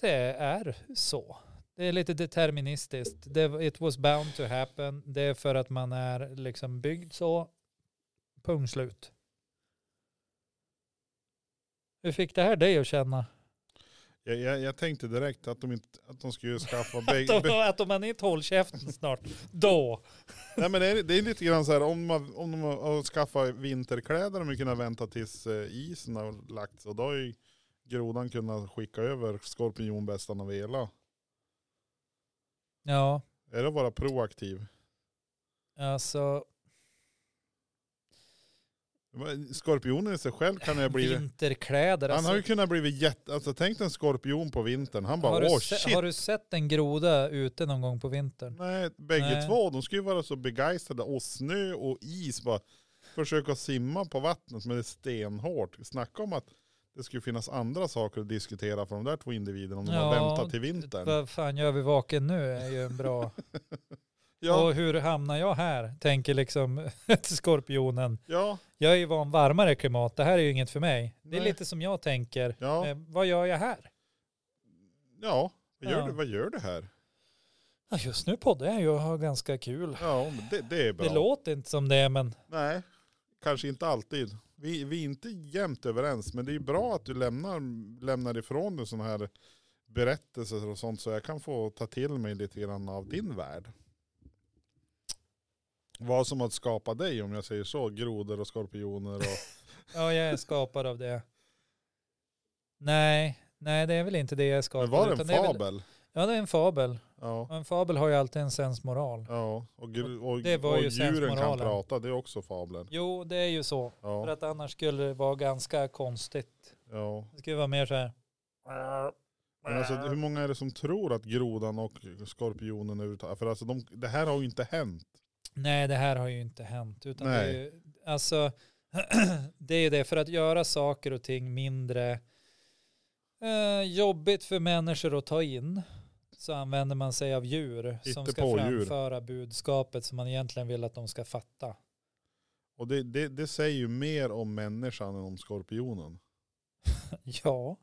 det är så. Det är lite deterministiskt. Det, it was bound to happen. Det är för att man är liksom byggd så. Punkt slut. Hur fick det här dig att känna?
Jag, jag, jag tänkte direkt att de, inte, att de skulle skaffa
Att
bägge.
de, att de inte håller käften snart, då.
Nej men det är, det är lite grann så här om, man, om de har skaffat vinterkläder och man kunnat vänta tills eh, isen har lagt sig. Och då har ju grodan kunnat skicka över skorpionbästarna och vela.
Ja,
Är det att vara proaktiv?
alltså
Men Skorpionen i sig själv kan ju bli...
vinterkläder.
Han
Alltså,
har ju kunnat bli jätte... Alltså tänk dig en skorpion på vintern. Han
har,
bara
du
åh
se,
shit.
har du sett en groda ute någon gång på vintern?
Nej, bägge
Nej.
två. De skulle ju vara så begeistrade. Och snö och is. Bara försöka simma på vattnet men det är stenhårt. Snacka om att det skulle finnas andra saker att diskutera för de där två individerna om de har
Ja,
väntat till vintern.
Vad fan gör vi vaken nu är ju en bra.
Ja,
Och hur hamnar jag här? Tänker liksom skorpionen.
ja,
Jag är ju van varmare klimat. Det här är ju inget för mig. Det är
Nej.
lite som jag tänker.
ja,
Eh, vad gör jag här?
ja. Vad gör,
Ja.
Du, vad gör du här?
Ja, just nu poddar jag ju och har ganska kul.
Ja, men det, det är bra.
Det låter inte som det, men
Nej, kanske inte alltid. Vi, vi är inte jämt överens, men det är ju bra att du lämnar, lämnar ifrån dig sådana här berättelser och sånt så jag kan få ta till mig lite grann av din värld. Vad som att skapa dig om jag säger så, grodor och skorpioner och...
Ja, jag är skapad av det. Nej, nej det är väl inte det jag är skapad
Men var det
utan
en
är väl-
fabel?
ja, det är en fabel.
Ja.
Och en fabel har ju alltid en sensmoral.
Ja, och, gru- och,
Det var
och
ju
djuren kan
sensmoralen.
prata, det är också fabler.
Jo, det är ju så. För
Ja,
att annars skulle det vara ganska konstigt.
ja.
Det skulle vara mer så här.
Men alltså, hur många är det som tror att grodan och skorpionen överhuvudtaget, för alltså de, det här har ju inte hänt.
Nej, det här har ju inte hänt. Utan det är
Nej.
ju, alltså, det är ju det. För att göra saker och ting mindre eh, jobbigt för människor att ta in så använder man sig av djur som ska
Hittepådjur.
framföra budskapet som man egentligen vill att de ska fatta.
Och det, det, det säger ju mer om människan än om skorpionen.
Ja.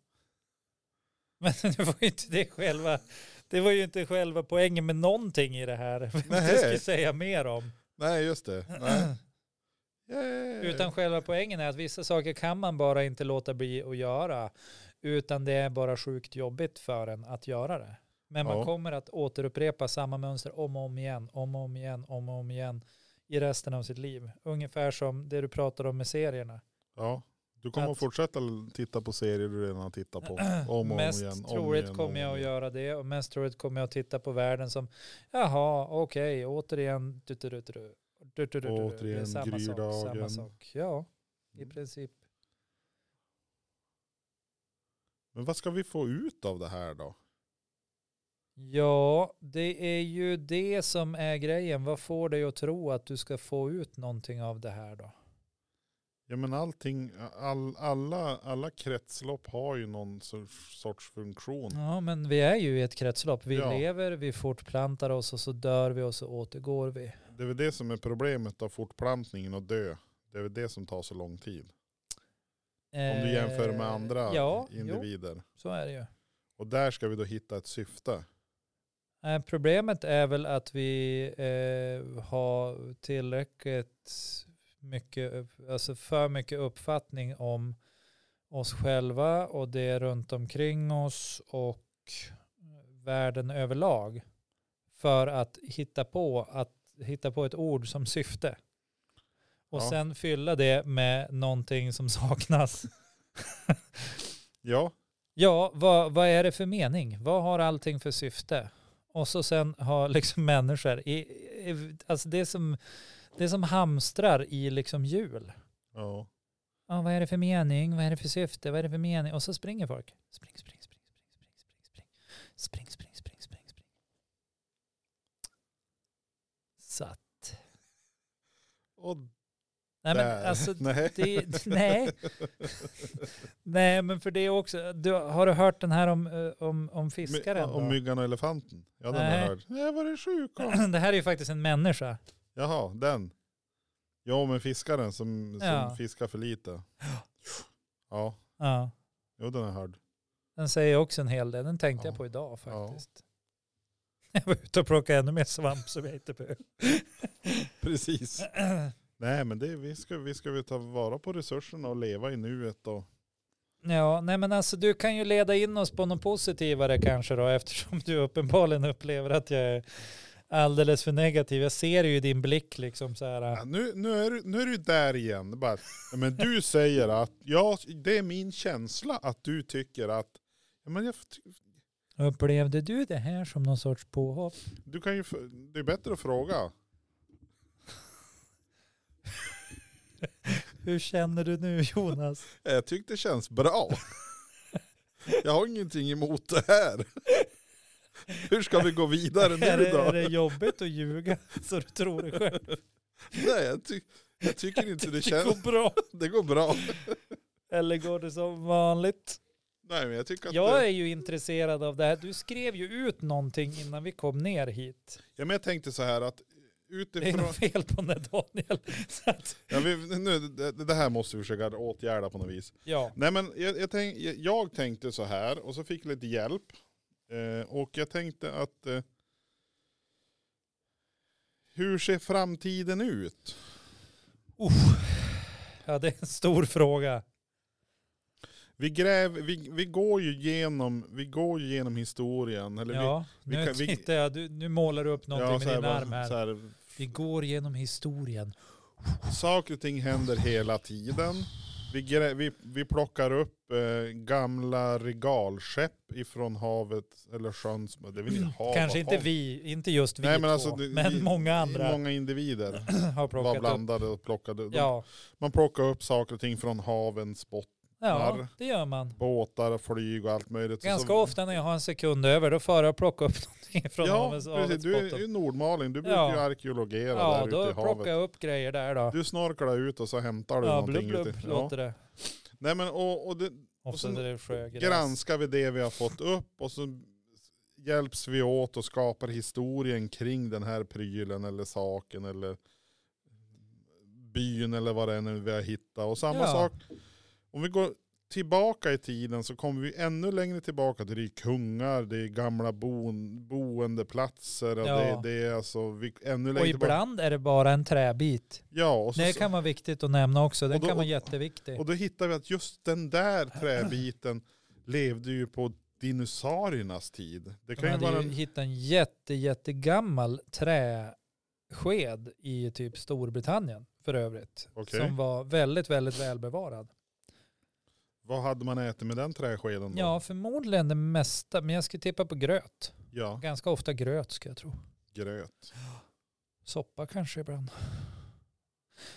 Men det var ju inte det själva. Det var ju inte själva poängen med någonting i det här. Det
Nej.
ska jag säga mer om.
Nej, just det. Nej. Yay.
Utan själva poängen är att vissa saker kan man bara inte låta bli att göra. Utan det är bara sjukt jobbigt för en att göra det. Men man
Ja.
kommer att återupprepa samma mönster om och om igen, om och om igen, om och om igen i resten av sitt liv. Ungefär som det du pratar om med serierna.
Ja. Du kommer
Att-
att fortsätta l- titta på serier du redan har tittat på. Om och om
mest
igen. om
troligt
igen, om
kommer jag att
igen.
göra det och mest troligt kommer jag att titta på världen som jaha, okej, återigen du-du-du-du-du, du-du-du-du-du. Det är
Återigen
samma sak, samma
gryrdagen.
sak. Ja, i princip.
Men vad ska vi få ut av det här då?
Ja, det är ju det som är grejen. Vad får dig att tro att du ska få ut någonting av det här då?
Ja men allting, all, alla, alla kretslopp har ju någon sorts, sorts funktion.
Ja, men vi är ju i ett kretslopp. Vi
Ja.
lever, vi fortplantar oss och så dör vi och så återgår vi.
Det är väl det som är problemet av fortplantningen och dö. Det är väl det som tar så lång tid. Om du jämför med andra
Eh, ja, Jo,
individer.
så är det ju.
Och där ska vi då hitta ett syfte.
Eh, Problemet är väl att vi eh, har tillräckligt mycket, upp- alltså för mycket uppfattning om oss själva och det runt omkring oss och världen överlag för att hitta på, att, hitta på ett ord som syfte. Och
Ja.
sen fylla det med någonting som saknas.
Ja,
Ja, vad, vad är det för mening? Vad har allting för syfte? Och så sen har liksom människor, i, i, alltså det som, det som hamstrar i liksom hjul.
ja.
Ja, vad är det för mening? Vad är det för syfte? Vad är det för mening? Och så springer folk. Spring, spring, spring, spring, spring, spring, spring, spring, spring, spring, spring. Så att,
Och
nej men
där.
alltså,
nej.
det, nej. nej men för det är också, du, har du hört den här om, eh, om, om fiskaren?
Om
då?
myggan och elefanten. Ja, den har
Nej.
jag hört. Nej, var det sjuk om?
det här är ju faktiskt en människa.
Jaha, den. Ja, men fiskaren som, som
Ja.
fiskar för lite. Ja,
Ja.
jo den har jag hört.
Den säger också en hel del. Den tänkte
Ja.
jag på idag faktiskt. Jag var ute och plockade ännu mer svamp som jag inte behöver.
Precis. Nej, men det, vi ska vi ska väl ta vara på resurserna och leva i nuet och
Ja, nej men alltså du kan ju leda in oss på något positivare kanske då eftersom du uppenbarligen upplever att jag är alldeles för negativ. Jag ser ju i din blick liksom så
Ja,
här.
nu, nu, är, du- nu är du där igen. Det är Bara, ja, men du säger att ja, det är min känsla att du tycker att ja, men jag, ty-
Upplevde du det här som någon sorts påhopp?
du kan ju, f- det är bättre att fråga.
Hur känner du nu Jonas?
Jag tycker det känns bra. Jag har ingenting emot det här. Hur ska vi gå vidare
är,
nu
det, är
då?
det jobbigt att ljuga så du tror det själv?
Nej, jag, ty, jag tycker inte det
Det
känns.
går bra.
Det går bra.
Eller går det som vanligt?
Nej, men jag tycker att eh,
Jag
det,
är ju intresserad av det här. Du skrev ju ut någonting innan vi kom ner hit.
ja, men jag tänkte så här att
Det är
utifrån.
något fel på den där Daniel. Så att,
Ja, vi, nu, det, det här måste vi försöka åtgärda på något vis.
ja.
Nej men jag, jag, tänk, jag, jag tänkte så här och så fick jag lite hjälp. Eh, och jag tänkte att eh, hur ser framtiden ut?
ja, det är en stor fråga.
Vi, gräv, vi, vi går ju genom, vi går ju genom historien. Eller
Ja,
vi
nu
kan- vi-
tänkte jag, du, nu målar du upp
vi,
någonting
så
med din
bara-
arm här.
Så här,
Vi går genom historien.
saker och ting händer hela tiden. Vi, grä, vi, vi plockar upp eh, gamla regalskepp ifrån havet eller sjön. som- Det är väl inte hav,
Kanske inte
hav.
vi, inte just vi
Nej, men
två,
alltså, det-
men
vi-
många andra
Många individer.
har
var
plockat upp.
blandade och plockade. De,
Ja.
Man plockar upp saker och ting från havens botten,
ja,
Narr.
det gör man.
båtar, flyg och allt möjligt. Och
Ganska
så,
ofta när jag har en sekund över, då får jag plocka upp någonting från
ja,
havets
precis.
havets
Du är
botten.
ju Nordmaling, du brukar
Ja.
ju arkeologera
Ja,
där ute
då
i havet.
plockar jag upp grejer där då.
Du snorklar ut och så hämtar du
Ja,
någonting.
blubb, blubb,
ute. Ja.
låter det.
Nej men och, och det,
Ofta
sen
är det sjögräs.
granskar vi det vi har fått upp och så hjälps vi åt och skapar historien kring den här prylen eller saken eller byn eller vad det är nu vi har hittat. Och samma
Ja.
sak, om vi går tillbaka i tiden så kommer vi ännu längre tillbaka till det är kungar, det är gamla bon, boendeplatser och
Ja.
det, det är alltså vi, ännu längre
Och
tillbaka.
ibland är det bara en träbit.
Ja, och, så,
Det kan vara viktigt att nämna också. Den
Och då-
kan vara
och-
jätteviktig.
och då hittar vi att just den där träbiten levde ju på dinosauriernas tid. Det
De
kan ju
hade
vara
ju
en
hittat en jätte, jättegammal träsked i typ Storbritannien för övrigt.
Okej.
Som var väldigt, väldigt välbevarad.
Vad hade man ätit med den träskeden då?
Ja, förmodligen det mesta, men jag skulle tippa på gröt.
Ja,
Ganska ofta gröt ska jag tro.
gröt.
Soppa kanske ibland.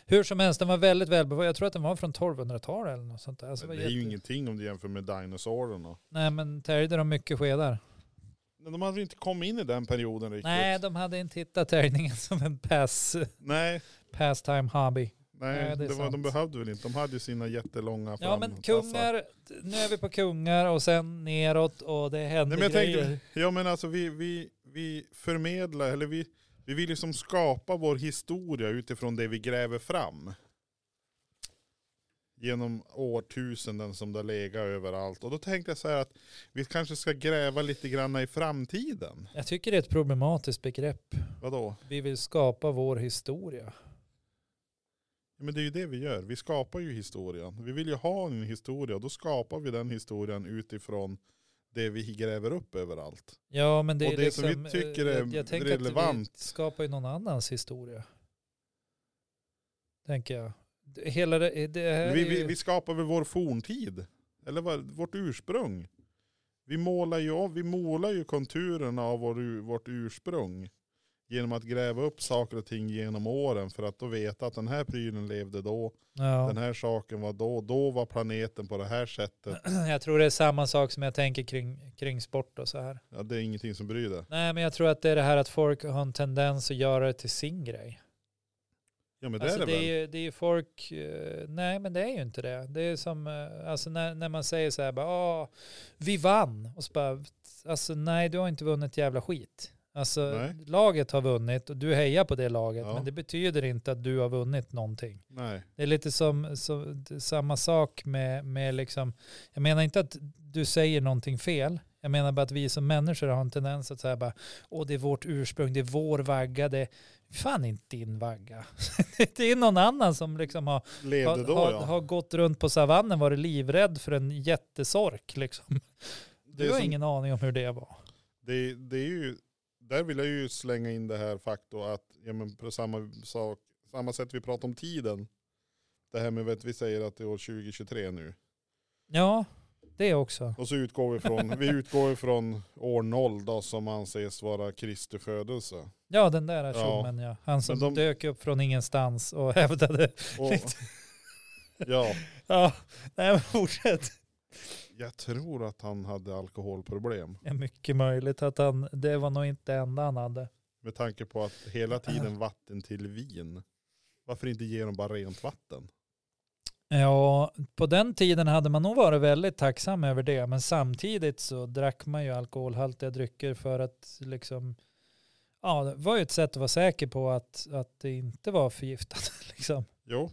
Hur som helst, den var väldigt välbevarad. Jag tror att den var från 1200-talet eller något sånt där. Alltså,
det
var
är ju
jätte-
ingenting om du jämför med dinosaurierna.
Nej, men täljde de mycket skedar?
Men de hade väl inte kommit in i den perioden riktigt?
Nej, de hade inte hittat täljningen som en pass,
Nej,
pastime hobby.
Nej,
Nej, det
det
är
var, de
sant.
behövde väl inte. De hade ju sina jättelånga
Ja men kungar, nu är vi på kungar och sen neråt och det händer
Nej, men jag
grejer.
tänkte, ja men alltså vi, vi, vi förmedlar, eller vi, vi vill liksom skapa vår historia utifrån det vi gräver fram. Genom årtusenden som det har legat överallt. Och då tänkte jag så här att vi kanske ska gräva lite grann i framtiden.
Jag tycker det är ett problematiskt begrepp.
Vadå?
Vi vill skapa vår historia.
Ja, Men det är ju det vi gör. Vi skapar ju historien. Vi vill ju ha en historia. Då skapar vi den historien utifrån det vi gräver upp överallt.
Ja men det
Och
är
det som
liksom,
vi tycker
eh,
är
jag, jag tänker Att
relevant.
vi skapar ju någon annans historia. Tänker jag. Det- Hela det, det här
Vi,
är ju,
vi, vi skapar väl vår forntid? Eller vad, vårt ursprung? Vi målar ju, av- vi målar ju konturerna av vår, ur- vårt ursprung. Genom att gräva upp saker och ting genom åren för att då veta att den här prylen levde då.
ja.
Den här saken var då. Då var planeten på det här sättet.
Jag tror det är samma sak som jag tänker kring, kring sport och så här.
Ja, det är ingenting som bryr dig.
Nej men jag tror att det är det här att folk har en tendens att göra det till sin grej.
Ja men det
Alltså
är det,
det,
väl.
är ju, det är ju folk, eh, nej men det är ju inte det. Det är som, eh, alltså när, när man säger så här bara, "Ah, vi vann. Och så bara, alltså nej du har inte vunnit jävla skit. Alltså
Nej.
laget har vunnit och du hejar på det laget
Ja.
men det betyder inte att du har vunnit någonting.
Nej.
Det är lite som, som samma sak med, med liksom, jag menar inte att du säger någonting fel. Jag menar bara att vi som människor har en tendens att säga bara, åh det är vårt ursprung, det är vår vagga, det är fan inte din vagga. det är någon annan som liksom har,
Levde
har,
då
har,
ja.
har gått runt på savannen, varit livrädd för en jättesork liksom.
Det
Du
är
har
som-
ingen aning om hur det var.
Det, det är ju, där vill jag ju slänga in det här faktum att, ja men på samma, sak, samma sätt vi pratar om tiden, det här med att vi säger att det är år 2023 nu.
Ja, det också.
Och så utgår vi från, vi utgår från år 0 då som anses vara Kristi födelse.
Ja, den där
Ja.
tjommen ja. Han som
Men de-
dök upp från ingenstans och hävdade,
Och, ja,
ja, nej men fortsätt.
jag tror att han hade alkoholproblem.
är mycket möjligt att han, det var nog inte det enda han hade.
Med tanke på att hela tiden vatten till vin. Varför inte ge dem bara rent vatten?
Ja, på den tiden hade man nog varit väldigt tacksam över det, men samtidigt så drack man ju alkoholhaltiga drycker för att liksom, ja, det var ju ett sätt att vara säker på att, att det inte var förgiftat. Liksom.
Jo,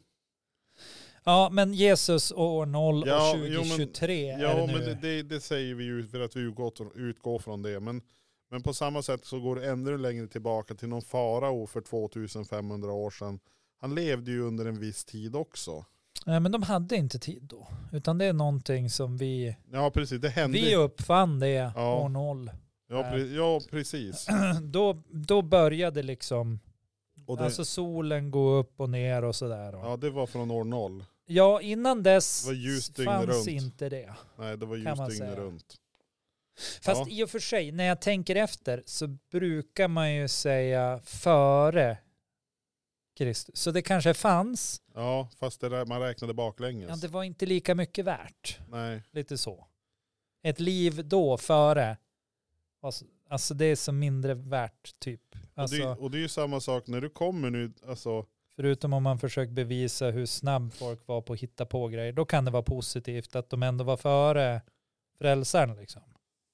Ja, men Jesus och år 0
Ja,
och
jo, men-
2023 är
Ja,
det nu.
men det, det, det säger vi ju för att vi utgår, utgår från det. Men, men på samma sätt så går det ännu längre tillbaka till någon farao för 2500 år sedan. Han levde ju under en viss tid också.
Nej, men de hade inte tid då, utan det är någonting som vi,
Ja, precis. Det hände.
vi uppfann det
Ja.
år 0.
ja, pre, ja, precis.
Då, då började liksom
Och det,
Alltså solen går upp och ner och sådär.
ja, det var från år noll.
Ja, innan dess
Det var ljust dygnet
fanns
runt.
inte det.
Nej, det var
Kan man
ljust dygnet
säga.
runt.
Fast
Ja.
i och för sig, när jag tänker efter så brukar man ju säga före Kristus. Så det kanske fanns,
Ja, fast det, där- man räknade baklänges.
ja, det var inte lika mycket värt.
Nej,
Lite så. Ett liv då, före, alltså- alltså det är så mindre värt typ. Alltså,
och, det, och det är ju samma sak när du kommer nu, alltså,
Förutom om man försöker bevisa hur snabb folk var på att hitta på grejer, då kan det vara positivt att de ändå var före frälsaren. Liksom.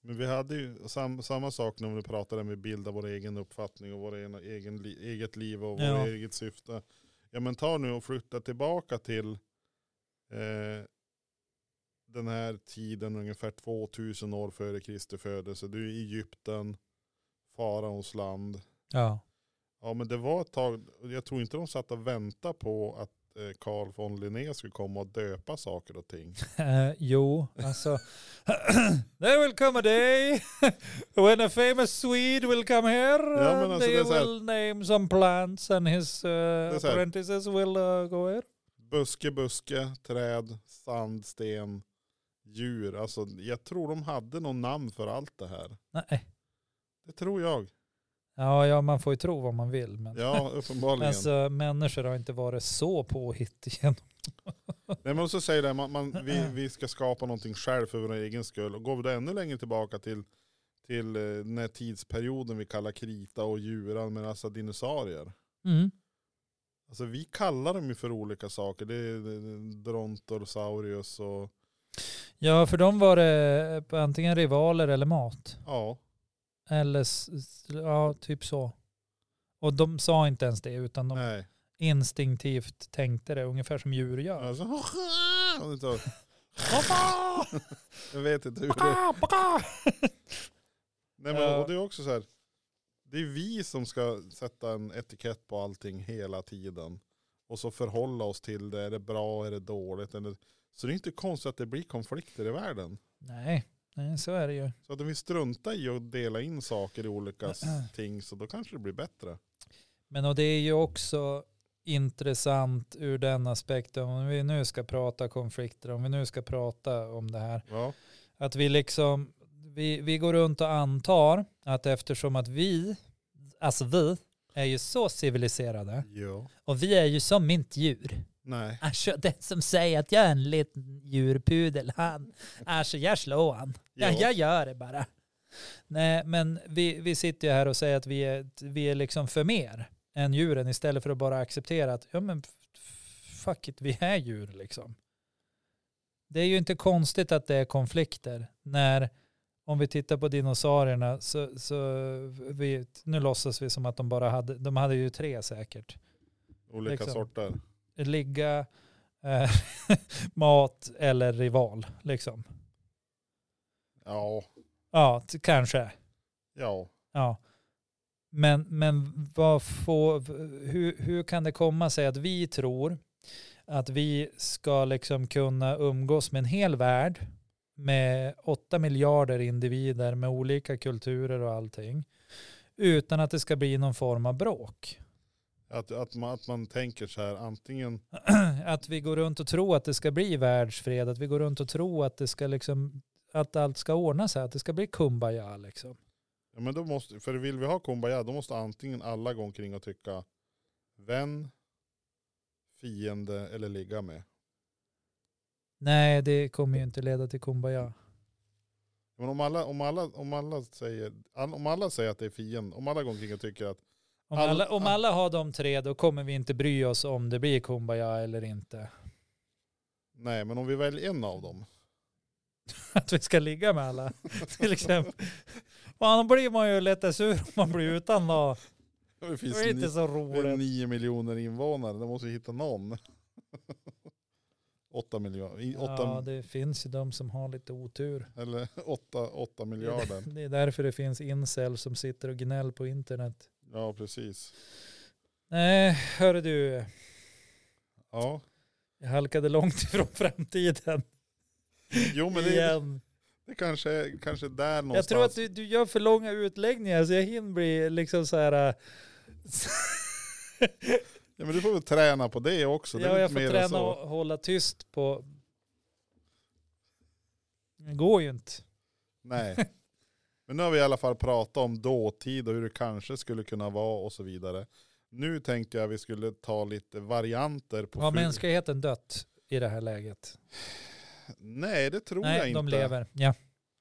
Men vi hade ju sam, samma sak när vi pratade med bild av vår egen uppfattning och vår ena, egen, li, eget liv och vårt
Ja.
eget syfte. Ja men ta nu och flytta tillbaka till eh, den här tiden ungefär 2000 år före Kristi födelse. Du är i Egypten, faraons land.
Ja.
Ja men det var ett tag, jag tror inte de satt och väntade på att eh, Carl von Linné skulle komma och döpa saker och ting.
Eh, jo, alltså. There will come a day when a famous Swede will come here
Ja, men
and
alltså, det
they
är så här-
will name some plants and his uh,
så här-
apprentices will uh, go here.
Buske, buske, träd, sand, sten, djur. Alltså, jag tror de hade någon namn för allt det här.
Nej.
Det tror jag.
Ja, ja, man får ju tro vad man vill. Men
Ja, uppenbarligen.
alltså, människor har inte varit så påhittiga.
Nej, men så säger det, man, man, vi, vi ska skapa någonting själv för vår egen skull. Och går vi då ännu längre tillbaka till, till eh, den här tidsperioden vi kallar krita och djuran, men alltså dinosaurier.
Mm.
Alltså vi kallar dem ju för olika saker. Det är det är Drontosaurus och
Ja, för dem var det eh, antingen rivaler eller mat.
ja.
Eller s- s- ja, typ så. Och de sa inte ens det, utan de
Nej.
instinktivt tänkte det, ungefär som djur gör.
Alltså, och det tar- jag vet inte hur det Nej, men,
Ja.
och det är också så här. Det är vi som ska sätta en etikett på allting hela tiden. Och så förhålla oss till det. Är det bra? Är det dåligt? Eller, så det är inte konstigt att det blir konflikter i världen.
Nej, nej, så är det ju.
Så att om vi struntar i att dela in saker i olika s- ting så då kanske det blir bättre.
Men och det är ju också intressant ur den aspekten, om vi nu ska prata konflikter, om vi nu ska prata om det här,
Ja,
att vi liksom, vi, vi går runt och antar att eftersom att vi, alltså vi, är ju så civiliserade
ja.
och vi är ju som mitt djur.
nej.
Alltså den som säger att jag är en liten djurpudel, han, alltså jag slår han. Ja,
Ja.
jag gör det bara. Nej, men vi, vi sitter ju här och säger att vi är, vi är liksom för mer än djuren istället för att bara acceptera att ja men fuck it, vi är djur liksom. Det är ju inte konstigt att det är konflikter när om vi tittar på dinosaurierna så, så vi, nu låtsas vi som att de bara hade, de hade ju tre säkert
Olika
Liksom.
sorter.
ligga, eh, mat eller rival. Liksom.
Ja,
Ja, t- kanske.
ja.
Ja. Men, men vad får, hur, hur kan det komma sig att vi tror att vi ska liksom kunna umgås med en hel värld med åtta miljarder individer med olika kulturer och allting utan att det ska bli någon form av bråk?
Att, att, man, att man tänker så här antingen,
att vi går runt och tror att det ska bli världsfred, att vi går runt och tror att det ska liksom, att allt ska ordna sig, att det ska bli kumbaya liksom.
ja, men då måste, för vill vi ha kumbaya då måste antingen alla gå omkring och tycka vän, fiende eller ligga med.
Nej, det kommer ju inte leda till kumbaya.
Men om alla, om alla, om alla, säger, all, om alla säger att det är fienden, om alla går omkring och tycker att
Om
Alla-
alla, om
all-
alla har de tre, då kommer vi inte bry oss om det blir kumbaya eller inte.
nej men om vi väljer en av dem,
Att vi ska ligga med alla, till exempel. Man blir man ju lätt sur om man blir utan då.
det
Det
finns
är inte
ni,
så
det är
roligt.
nio miljoner invånare, då måste vi hitta någon. åtta miljoner, i- åtta,
Ja, det finns ju de som har lite otur.
eller åtta, åtta miljarder.
Det är därför det finns incel som sitter och gnäller på internet.
Ja precis.
Nej, hörru du.
Ja.
Jag halkade långt ifrån framtiden.
Jo men det,
igen.
det kanske är kanske är där någonstans.
Jag tror att du, du gör för långa utläggningar så jag hinner bli liksom så här. äh,
ja, men du får väl träna på det också. Det är
ja,
väl
jag får
mer än
träna
så.
och hålla tyst på. Det går ju inte.
Nej. Men nu har vi i alla fall pratat om dåtid och hur det kanske skulle kunna vara och så vidare. Nu tänkte jag vi skulle ta lite varianter på
Har
ful-
mänskligheten dött i det här läget?
Nej, det tror jag
Nej,
inte.
de lever. Ja,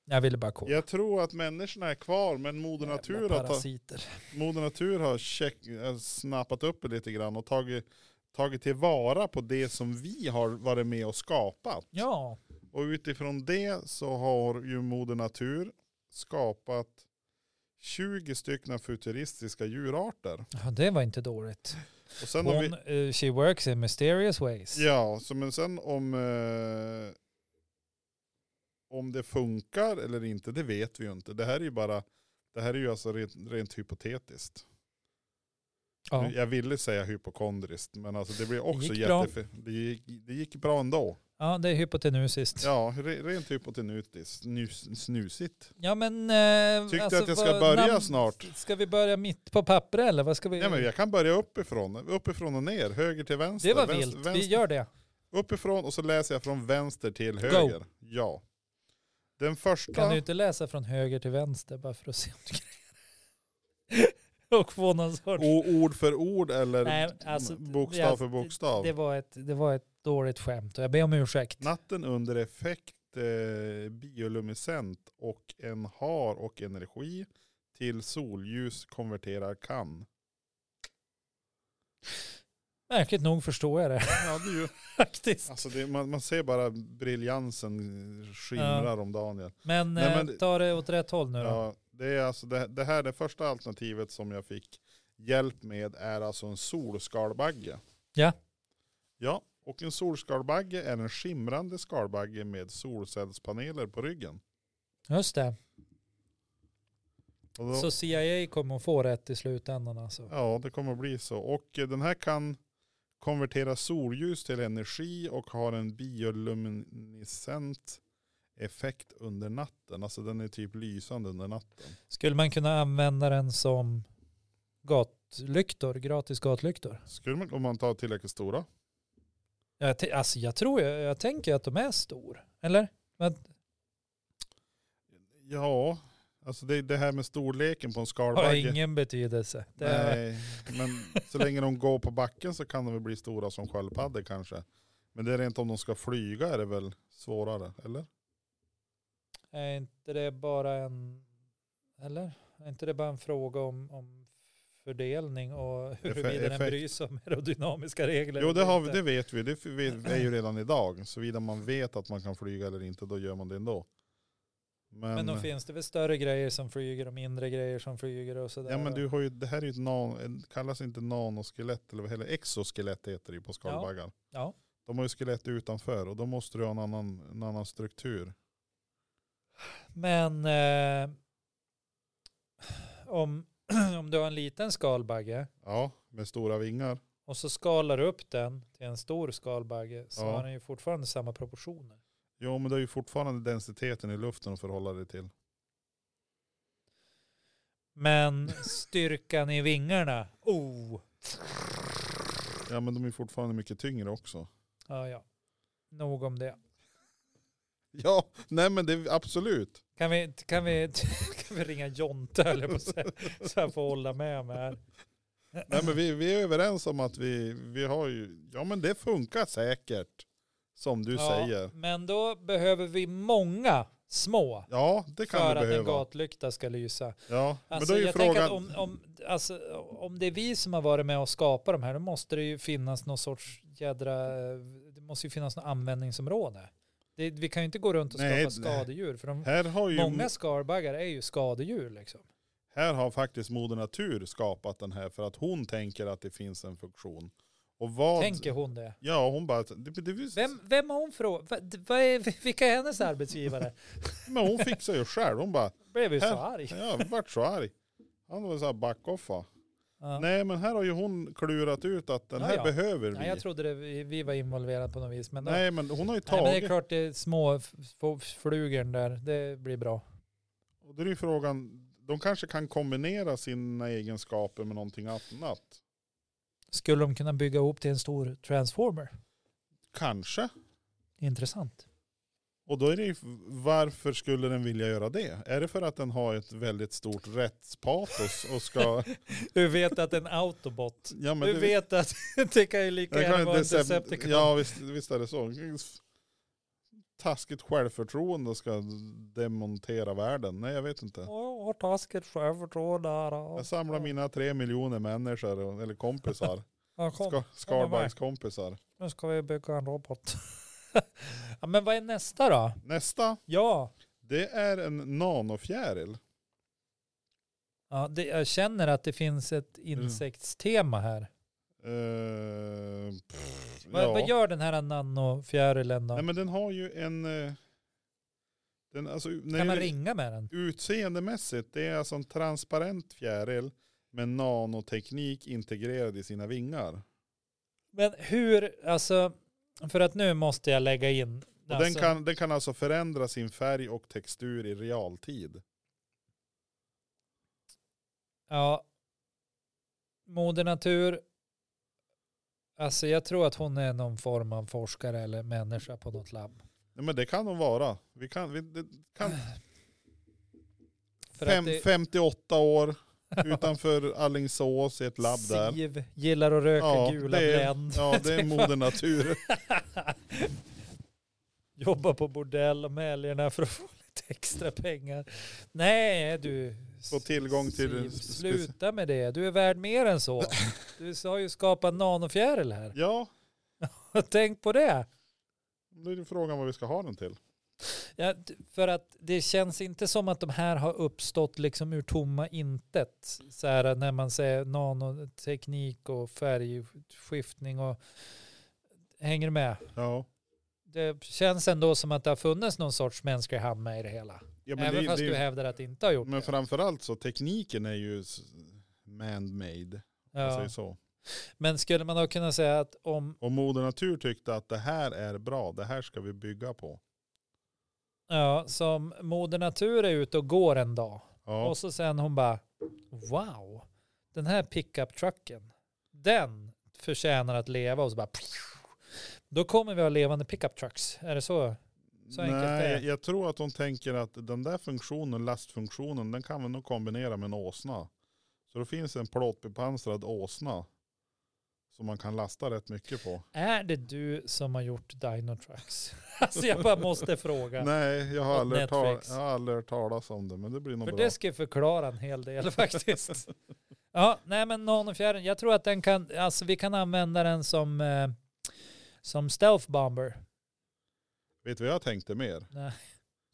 jag ville bara kolla.
Jag tror att människorna är kvar, men Moder
Jävla
Natur har, ta-
parasiter.
Moder Natur har check- eh, snappat upp det lite grann och tagit, tagit tillvara på det som vi har varit med och skapat.
Ja,
Och utifrån det så har ju Moder Natur skapat 20 stycken futuristiska djurarter.
ja, det var inte dåligt.
Och sen har vi,
Hon, eh, she works in mysterious ways.
ja, så men sen om, eh, om det funkar eller inte, det vet vi ju inte. Det här är ju bara, det här är ju alltså rent, rent hypotetiskt.
Ja.
Nu, Jag ville säga hypokondriskt, men alltså det blir också
gick bra.
jättefe- Det gick, det gick bra ändå.
ja, det är hypotenusiskt.
Ja, re, rent hypotenutiskt, snus, snusigt.
Ja men... Eh,
Tyckte
alltså,
att jag ska
vad-
börja
namn-
snart?
Ska vi börja mitt på papper eller vad ska vi?
Nej men jag kan börja uppifrån, uppifrån och ner, höger till vänster.
det var
Vänster-
vilt, vi
vänster-
gör det.
Uppifrån och så läser jag från vänster till höger. Ja. Den
Kan
första,
du inte läsa från höger till vänster bara för att se om du grejer det? Och få någon sorts...
o- ord för ord eller
Nej, alltså,
bokstav
jag-
för bokstav.
Det, var ett, det var ett dåligt skämt och jag ber om ursäkt.
Natten under effekt, eh, bioluminescent och en har och energi till solljus konverterar kan.
Märkligt nog förstår jag det
Ja, det är ju.
faktiskt.
Alltså det, man, man ser bara briljansen skimrar om Daniel.
Men,
Nej, men-
eh, ta det åt rätt håll nu då.
Ja, det, är alltså det, det här det första alternativet som jag fick hjälp med är alltså en solskalbagge.
Ja.
Ja, och en solskalbagge är en skimrande skalbagge med solcellspaneler på ryggen.
Just det.
Och då,
Så CIA kommer att få rätt i slutändan alltså.
Ja, det kommer att bli så. Och eh, den här kan konvertera solljus till energi och har en bioluminescent effekt under natten. Alltså den är typ lysande under natten.
Skulle man kunna använda den som gatlyktor, gratis gatlyktor?
Skulle man, om man tar tillräckligt stora.
Jag, t- alltså jag tror, jag, jag tänker att de är stor. Eller?
Ja, alltså det, det här med storleken på en
Har
skalbagge.
ingen betydelse. Det är,
Nej, men så länge de går på backen så kan de väl bli stora som sköldpaddor kanske. Men det är rent om de ska flyga är det väl svårare, eller?
Är inte det bara en, eller? Är inte det bara en fråga om, om fördelning och huruvida den
effekt.
bryr sig om aerodynamiska regler?
Jo, det,
eller
har vi,
inte?
det vet vi. Det f- vi- är ju redan idag. Såvida man vet att man kan flyga eller inte, då gör man det ändå. Men,
Men då finns det väl större grejer som flyger och mindre grejer som flyger och sådär.
ja, men du har ju, det här är ju ett nan, kallas inte nanoskelett, eller vad heter det? Exoskelett heter det ju på skalbaggar.
Ja.
De har ju skelett utanför och då måste du ha en annan, en annan struktur.
Men eh, om, om du har en liten skalbagge
Ja, med stora vingar.
och så skalar du upp den till en stor skalbagge så
Ja.
har den ju fortfarande samma proportioner.
Jo, men det är ju fortfarande densiteten i luften att förhålla dig till.
Men styrkan i vingarna, oh,
Ja, men de är fortfarande mycket tyngre också.
ja ja. Nog om det.
Ja, nej men det är absolut.
Kan vi, kan vi, kan vi ringa Jonte höll jag på att säga, så han får hålla med mig här.
Nej, men vi, vi är överens om att vi, vi har ju, ja men det funkar säkert. Som du
Ja,
säger.
Men då behöver vi många små
Ja, det kan
för
vi
att en
behöva.
gatlykta ska lysa.
Ja,
Alltså,
men då är ju
jag tänker
frågan,
att om, om, alltså, om det är vi som har varit med och skapat de här, då måste det ju finnas någon sorts jädra, det måste ju finnas något användningsområde. Det, vi kan ju inte gå runt och skapa
Nej, nej.
skadedjur, för de,
här har ju,
många skalbaggar är ju skadedjur liksom.
här har faktiskt Moder Natur skapat den här för att hon tänker att det finns en funktion. Och vad,
Tänker hon det?
Ja, hon bara, det, det, det,
Vem, vem har hon frågat? Va, vad är- vilka är hennes arbetsgivare?
men hon fixar ju själv. Hon bara,
Blev ju så
Här.
arg.
ja, vart så arg. Han var så här back off va.
Ja.
Nej men här har ju hon klurat ut att den
Ja,
här
ja.
behöver vi.
Nej, jag trodde det, vi, vi var involverade på något vis. Men, då, nej,
Nej men hon har ju
men
tagit.
det är klart, det är små f- f- flugorn där, det blir bra.
Och då är ju frågan, de kanske kan kombinera sina egenskaper med någonting annat.
Skulle de kunna bygga ihop till en stor transformer?
Kanske.
Intressant.
Och då är det ju, varför skulle den vilja göra det? Är det för att den har ett väldigt stort rättspatos och ska...
Du vet att en autobot,
Ja, men
du
det-
vet att det kan ju lika
det kan
gärna vara en
Decep-
Decepticon.
Ja visst, visst är det så. Taskigt självförtroende ska demontera världen. Nej jag vet inte.
Åh, vad taskigt självförtroende här.
Jag samlar mina tre miljoner människor, och- eller kompisar.
Ja, kom.
Ska, Skalbaggskompisar.
Nu ska vi bygga en robot. ja, men vad är nästa då?
Nästa,
Ja,
det är en nanofjäril.
ja det, jag känner att det finns ett
Mm.
insektstema här.
Eh, pff,
Vad,
ja.
vad gör den här nanofjärilen då?
Nej men den har ju en... eh, Den, alltså, när
kan man
det-
ringa med den?
utseendemässigt, det är alltså en transparent fjäril med nanoteknik integrerad i sina vingar.
Men hur, alltså, för att nu måste jag lägga in.
Och den,
alltså,
kan, den kan alltså förändra sin färg och textur i realtid.
Ja. Moder Natur. Alltså jag tror att hon är någon form av forskare eller människa på något labb.
Nej, men det kan de vara. Vi kan, vi, det kan,
För
fem,
att det,
58 år utanför Allingsås i ett labb där.
Siv gillar att röka gula
det är,
Blend.
ja, det är moder natur.
Jobba på bordell om helgerna för att få lite extra pengar. Nej, du.
Få tillgång
Siv,
till-
Sluta med det. Du är värd mer än så. Du har ju skapat nanofjäril här.
Ja,
Tänk på det.
då är det frågan vad vi ska ha den till.
Ja, d- för att det känns inte som att de här har uppstått liksom ur tomma intet. Så här när man säger nanoteknik och färgskiftning och hänger du med?
Ja.
Det känns ändå som att det har funnits någon sorts mänsklig hand med i det hela.
Ja,
Även
det-
fast
det-
du hävdar att det inte har gjort
Men
det.
framförallt så tekniken är ju s- man-made. om man
ja.
säger så.
Men skulle man då kunna säga att om,
Och Moder Natur tyckte att det här är bra, det här ska vi bygga på.
ja, som Moder Natur är ute och går en dag
Ja,
och så sen hon bara, wow, den här pickup-trucken, den förtjänar att leva och så bara, då kommer vi ha levande pickup-trucks. Är det så? så enkelt är det.
Nej, jag, jag tror att de tänker att den där funktionen, lastfunktionen, den kan vi nog kombinera med en åsna. Så då finns en plåtbepansrad åsna som man kan lasta rätt mycket på.
Är det du som har gjort Dino Trucks? alltså jag bara måste fråga.
Nej, jag har,
Och
aldrig hört tal-
Netflix.
jag har aldrig hört talas om det, men det blir nog
För
bra.
det ska ju förklara en hel del faktiskt. ja, nej men nanofjärden, jag tror att den kan, alltså vi kan använda den som, eh, som stealth bomber.
Vet du vad jag tänkte mer?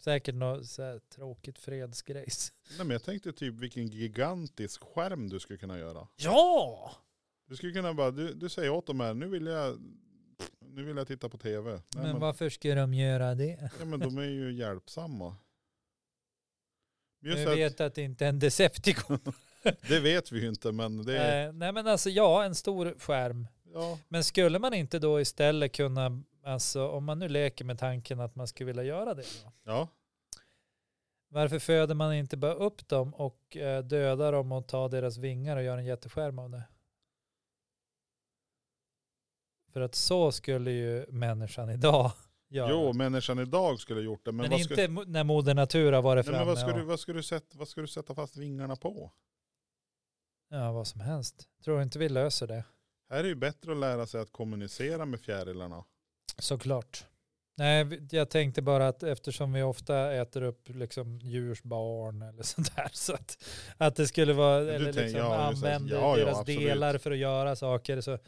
Säkert något så här tråkigt fredsgrejs.
Nej, men jag tänkte typ vilken gigantisk skärm du skulle kunna göra.
Ja!
Du skulle kunna bara, du, du säger åt dem här, nu vill jag, nu vill jag titta på tv. Nej,
Men, varför ska de göra det?
ja, men de är ju hjälpsamma. Men Just
Nu
att,
vet att det inte är en Decepticon.
Det vet vi ju inte men det är,
Eh, nej men alltså ja, en stor skärm.
ja,
Men skulle man inte då istället kunna, alltså om man nu leker med tanken att man skulle vilja göra det då.
ja.
Varför föder man inte bara upp dem och eh, dödar dem och tar deras vingar och gör en jätteskärm av det? För att så skulle ju människan idag göra.
Jo, människan idag skulle ha gjort det. Men,
men
vad
inte
ska, nej,
mo- när moder natur har varit framme
men vad, ska
och,
du, vad, ska du sätta, vad ska du sätta fast vingarna på?
ja, vad som helst. Tror inte vi löser det.
Här är det ju bättre att lära sig att kommunicera med fjärilarna.
Såklart. Nej, vi- jag tänkte bara att eftersom vi ofta äter upp liksom djurs barn eller sånt där så att, att det skulle vara,
du
eller
tänker-
liksom
ja, just det.
använder
Ja, ja,
deras
absolut.
delar för att göra saker så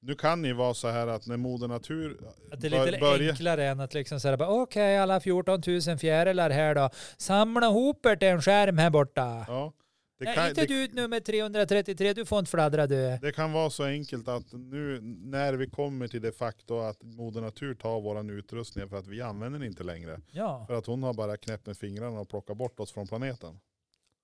Nu kan ju vara så här att när Moder Natur
Att det är lite
bör- börja-
enklare än att liksom säga bara okej alla 14 000 fjärilar här då. Samla ihop er till en skärm här borta.
Ja, det,
Nej,
kan,
inte
det,
du ut nummer 333, du får inte fladdra du.
det kan vara så enkelt att nu när vi kommer till det faktum att Moder Natur tar våran utrustning för att vi använder den inte längre.
Ja.
För att hon har bara knäppt med fingrarna och plockat bort oss från planeten.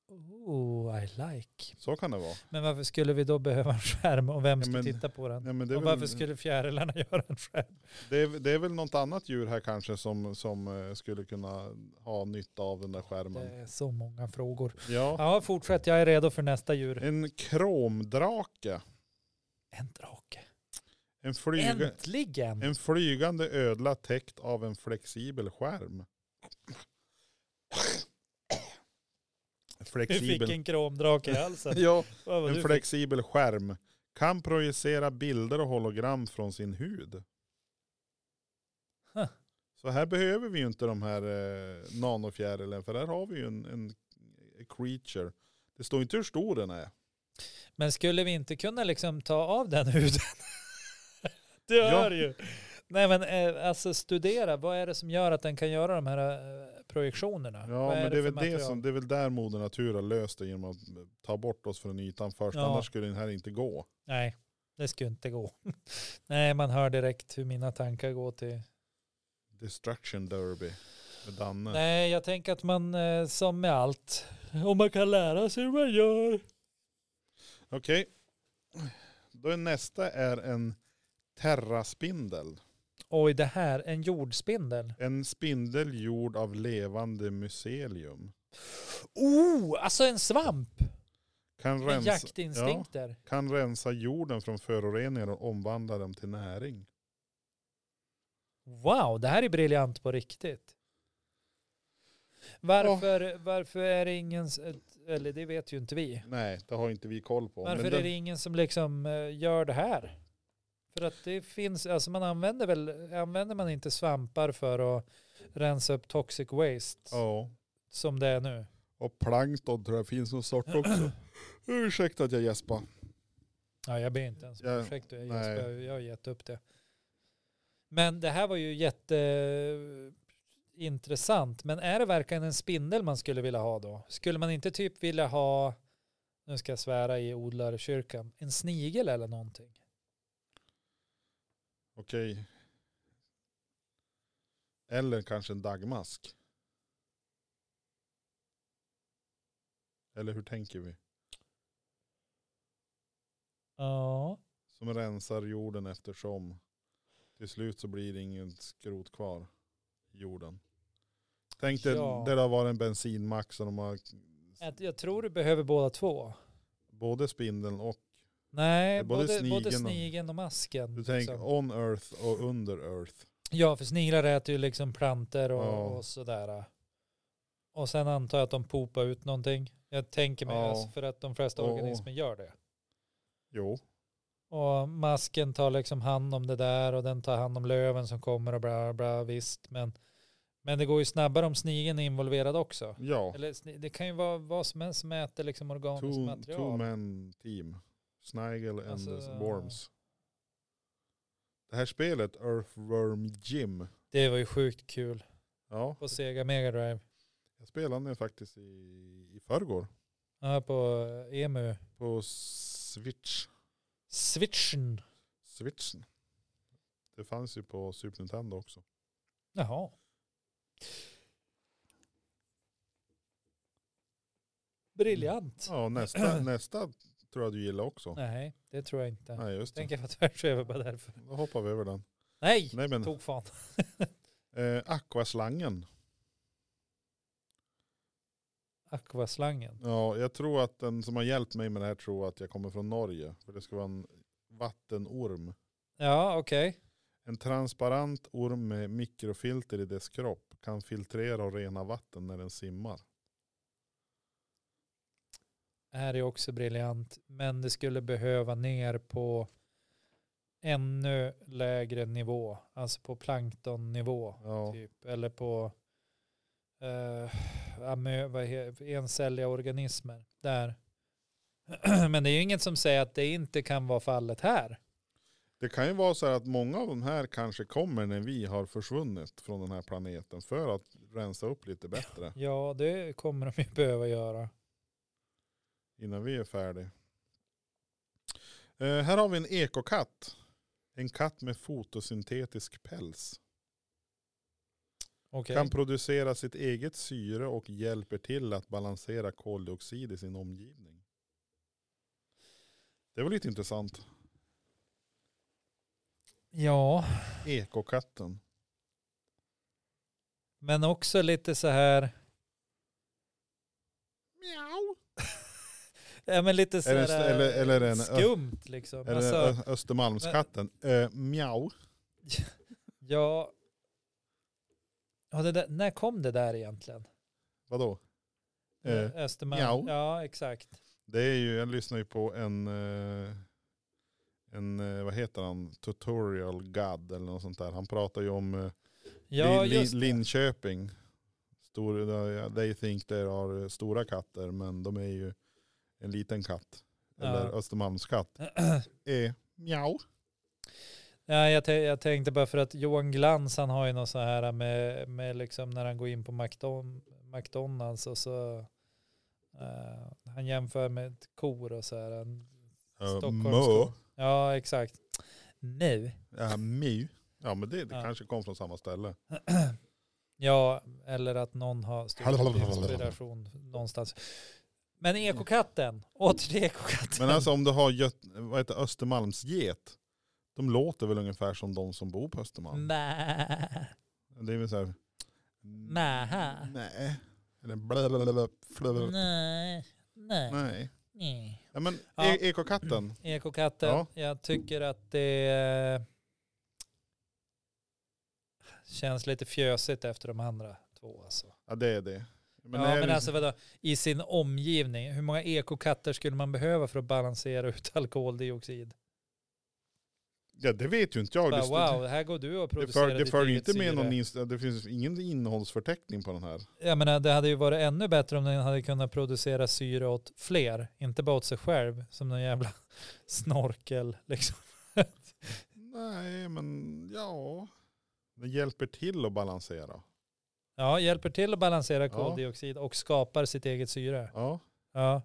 Oh, I like.
Så kan det vara.
Men varför skulle vi då behöva en skärm och vem
Ja,
ska
men-
titta på den?
Nej, men det, är
och varför
väl,
skulle fjärilarna göra en skärm?
det, är, det är väl något annat djur här kanske som, som eh, skulle kunna ha nytta av den där
Det
skärmen.
är så många frågor.
Ja.
Ja, fortsätt. Jag är redo för nästa djur.
En kromdrake.
En drake.
En, flyga,
Äntligen!
en flygande ödla täckt av en flexibel skärm.
Du fick
Flexibel.
en kromdrake i halsen.
Ja,
Vad var
en
du fick?
flexibel skärm. Kan projicera bilder och hologram från sin hud.
Huh.
Så här behöver vi ju inte de här eh, nanofjärilen för här har vi ju en, en creature. Det står inte hur stor den är.
Men skulle vi inte kunna liksom ta av den huden? det
Ja.
hör ju. Nej men eh, alltså studera, vad är det som gör att den kan göra de här eh, projektionerna?
Ja,
vad
men det
för
är, väl det,
material?
som, det är väl där Moder Natur har löst det genom att ta bort oss från ytan först.
Ja.
Annars skulle den här inte gå.
Nej, det skulle inte gå. Nej, man hör direkt hur mina tankar går till...
Destruction Derby med Danne.
Nej, jag tänker att man eh, som med allt, om man kan lära sig hur man gör.
Okej. Då är nästa är en terraspindel.
Oj, det här, en jordspindel.
En spindel gjord av levande mycelium.
Oh, alltså en svamp!
Kan
Med
rensa,
jaktinstinkter.
kan rensa jorden från föroreningar och omvandla dem till näring.
Wow, det här är briljant på riktigt. Varför, varför är det ingen, s- ett- eller det vet ju inte vi,
Nej, det har inte vi koll på.
varför
Men
är
den,
det ingen som liksom eh, gör det här? För att det finns, alltså man använder väl, använder man inte svampar för att rensa upp toxic waste?
Ja,
som det är nu.
Och plankton tror jag finns någon sort också. Ursäkta att jag gäspar.
Ja, jag ber inte ens om
Ja,
ursäkt. Jag,
nej.
jag, jag har gett upp det. Men det här var ju jätteintressant. Men är det verkligen en spindel man skulle vilja ha då? Skulle man inte typ vilja ha, nu ska jag svära i odlarkyrkan, en snigel eller någonting?
Okej. Eller kanske en dagmask. Eller hur tänker vi?
Ja.
Som rensar jorden eftersom till slut så blir det inget skrot kvar i jorden. Tänk dig,
Ja.
det har varit en bensinmack som de har
Att Jag tror du behöver båda två.
både spindeln och
Nej,
Ja, både
både, både,
snigeln och-
snigeln och masken.
du tänker
liksom.
on earth och under earth.
Ja, för sniglar äter ju liksom planter och,
Ja.
och sådär. Och sen antar jag att de popar ut någonting. Jag tänker mig
Ja.
alltså för att de flesta
Och-
organismer gör det.
Jo,
Och masken tar liksom hand om det där och den tar hand om löven som kommer och bla bla visst. Men, men det går ju snabbare om snigeln är involverad också.
ja.
Eller sni- det kan ju vara vad som helst som äter liksom organiskt
Two, two
material.
man team. Snigel and
Alltså-
the Worms. Det här spelet, Earthworm Jim.
Det var ju sjukt kul
Ja,
på Sega Mega Drive.
jag spelade den faktiskt i, i förrgår.
Ja, på eh, EMU.
På Switch.
Switchen.
Switchen. Det fanns ju på Super Nintendo också.
Jaha. Briljant.
Ja, nästa, nästa tror jag du gillar också. Nej,
Mm. Nej, det tror jag inte.
just det.
Tänker jag var tvärs över bara därför.
Då hoppar vi över den.
Nej,
Nej men,
tog fan.
eh, Aquaslangen.
Aquaslangen.
Ja, jag tror att den som har hjälpt mig med det här tror att jag kommer från Norge. För det ska vara en vattenorm.
Ja, okej.
En transparent orm med mikrofilter i dess kropp kan filtrera och rena vatten när den simmar.
Här är också briljant. Men det skulle behöva ner på ännu lägre nivå. Alltså på planktonnivå.
Ja,
Typ. Eller på eh, amö, vad he- encelliga organismer. Där. Men det är ju inget som säger att det inte kan vara fallet här.
det kan ju vara så här att många av de här kanske kommer när vi har försvunnit från den här planeten för att rensa upp lite bättre
Ja, det kommer de ju behöva göra.
innan vi är färdiga. Eh, här har vi en ekokatt. En katt med fotosyntetisk päls.
Okej.
Kan producera sitt eget syre och hjälper till att balansera koldioxid i sin omgivning. Det var lite intressant.
Ja,
Ekokatten.
men också lite så här.
Miau.
Ja, men lite så
Är det en
här
st- eller- eller är det en-
skumt liksom.
Är
Alltså,
det Ö- Östermalmskatten? Äh, miau.
ja. ja det där, när kom det där egentligen?
Vadå? Eh,
Östermalm?
miau.
Ja, exakt.
Det är ju, jag lyssnar ju på en, eh, en eh, vad heter han, tutorial god eller något sånt där. Han pratar ju om eh,
Ja,
Lin- Lin-
just det.
Linköping. Stor, eh, they think they are eh, stora katter men de är ju en liten katt. Eller
Ja.
Östermalmskatt. Eh, miau.
Ja, jag, tän- jag tänkte bara för att Johan Glans han har ju något så här med, med liksom när han går in på McDon- McDonalds och så eh, han jämför med ett kor och så här. En
Eh,
Stockholmsko.
mö.
Ja, exakt. Nu.
Eh, miu. Ja men det, det
Ja.
kanske kom från samma ställe.
Ja, eller att någon har stulit inspiration någonstans. Men ekokatten, åter till ekokatten.
Men alltså om du har Göt, vad heter Östermalmsget. De låter väl ungefär som de som bor på Östermalm.
Mä.
Det är väl så här.
Nähä.
Nej. Eller blablabla. Blablabla.
Nej, nej,
Nej.
nej.
Ja, men
Ja.
e- ekokatten.
Ekokatten,
Ja.
jag tycker att det eh, känns lite fjösigt efter de andra två. Alltså.
Ja det är det. Men
ja,
det här
men
är-
alltså vadå, i sin omgivning, hur många ekokatter skulle man behöva för att balansera ut alkoholdioxid?
Ja det vet ju inte jag.
Bara,
Det, står-
wow, här går du och
det,
producerar
för, det
ditt
följer
eget
inte med
syre.
någon, inst- det finns ingen innehållsförteckning på den här.
Jag menar, det hade ju varit ännu bättre om den hade kunnat producera syre åt fler, inte bara åt sig själv som någon jävla snorkel. Liksom.
Nej men ja, det hjälper till att balansera.
Ja, hjälper till att balansera
Ja.
koldioxid och skapar sitt eget syre.
Ja.
Ja.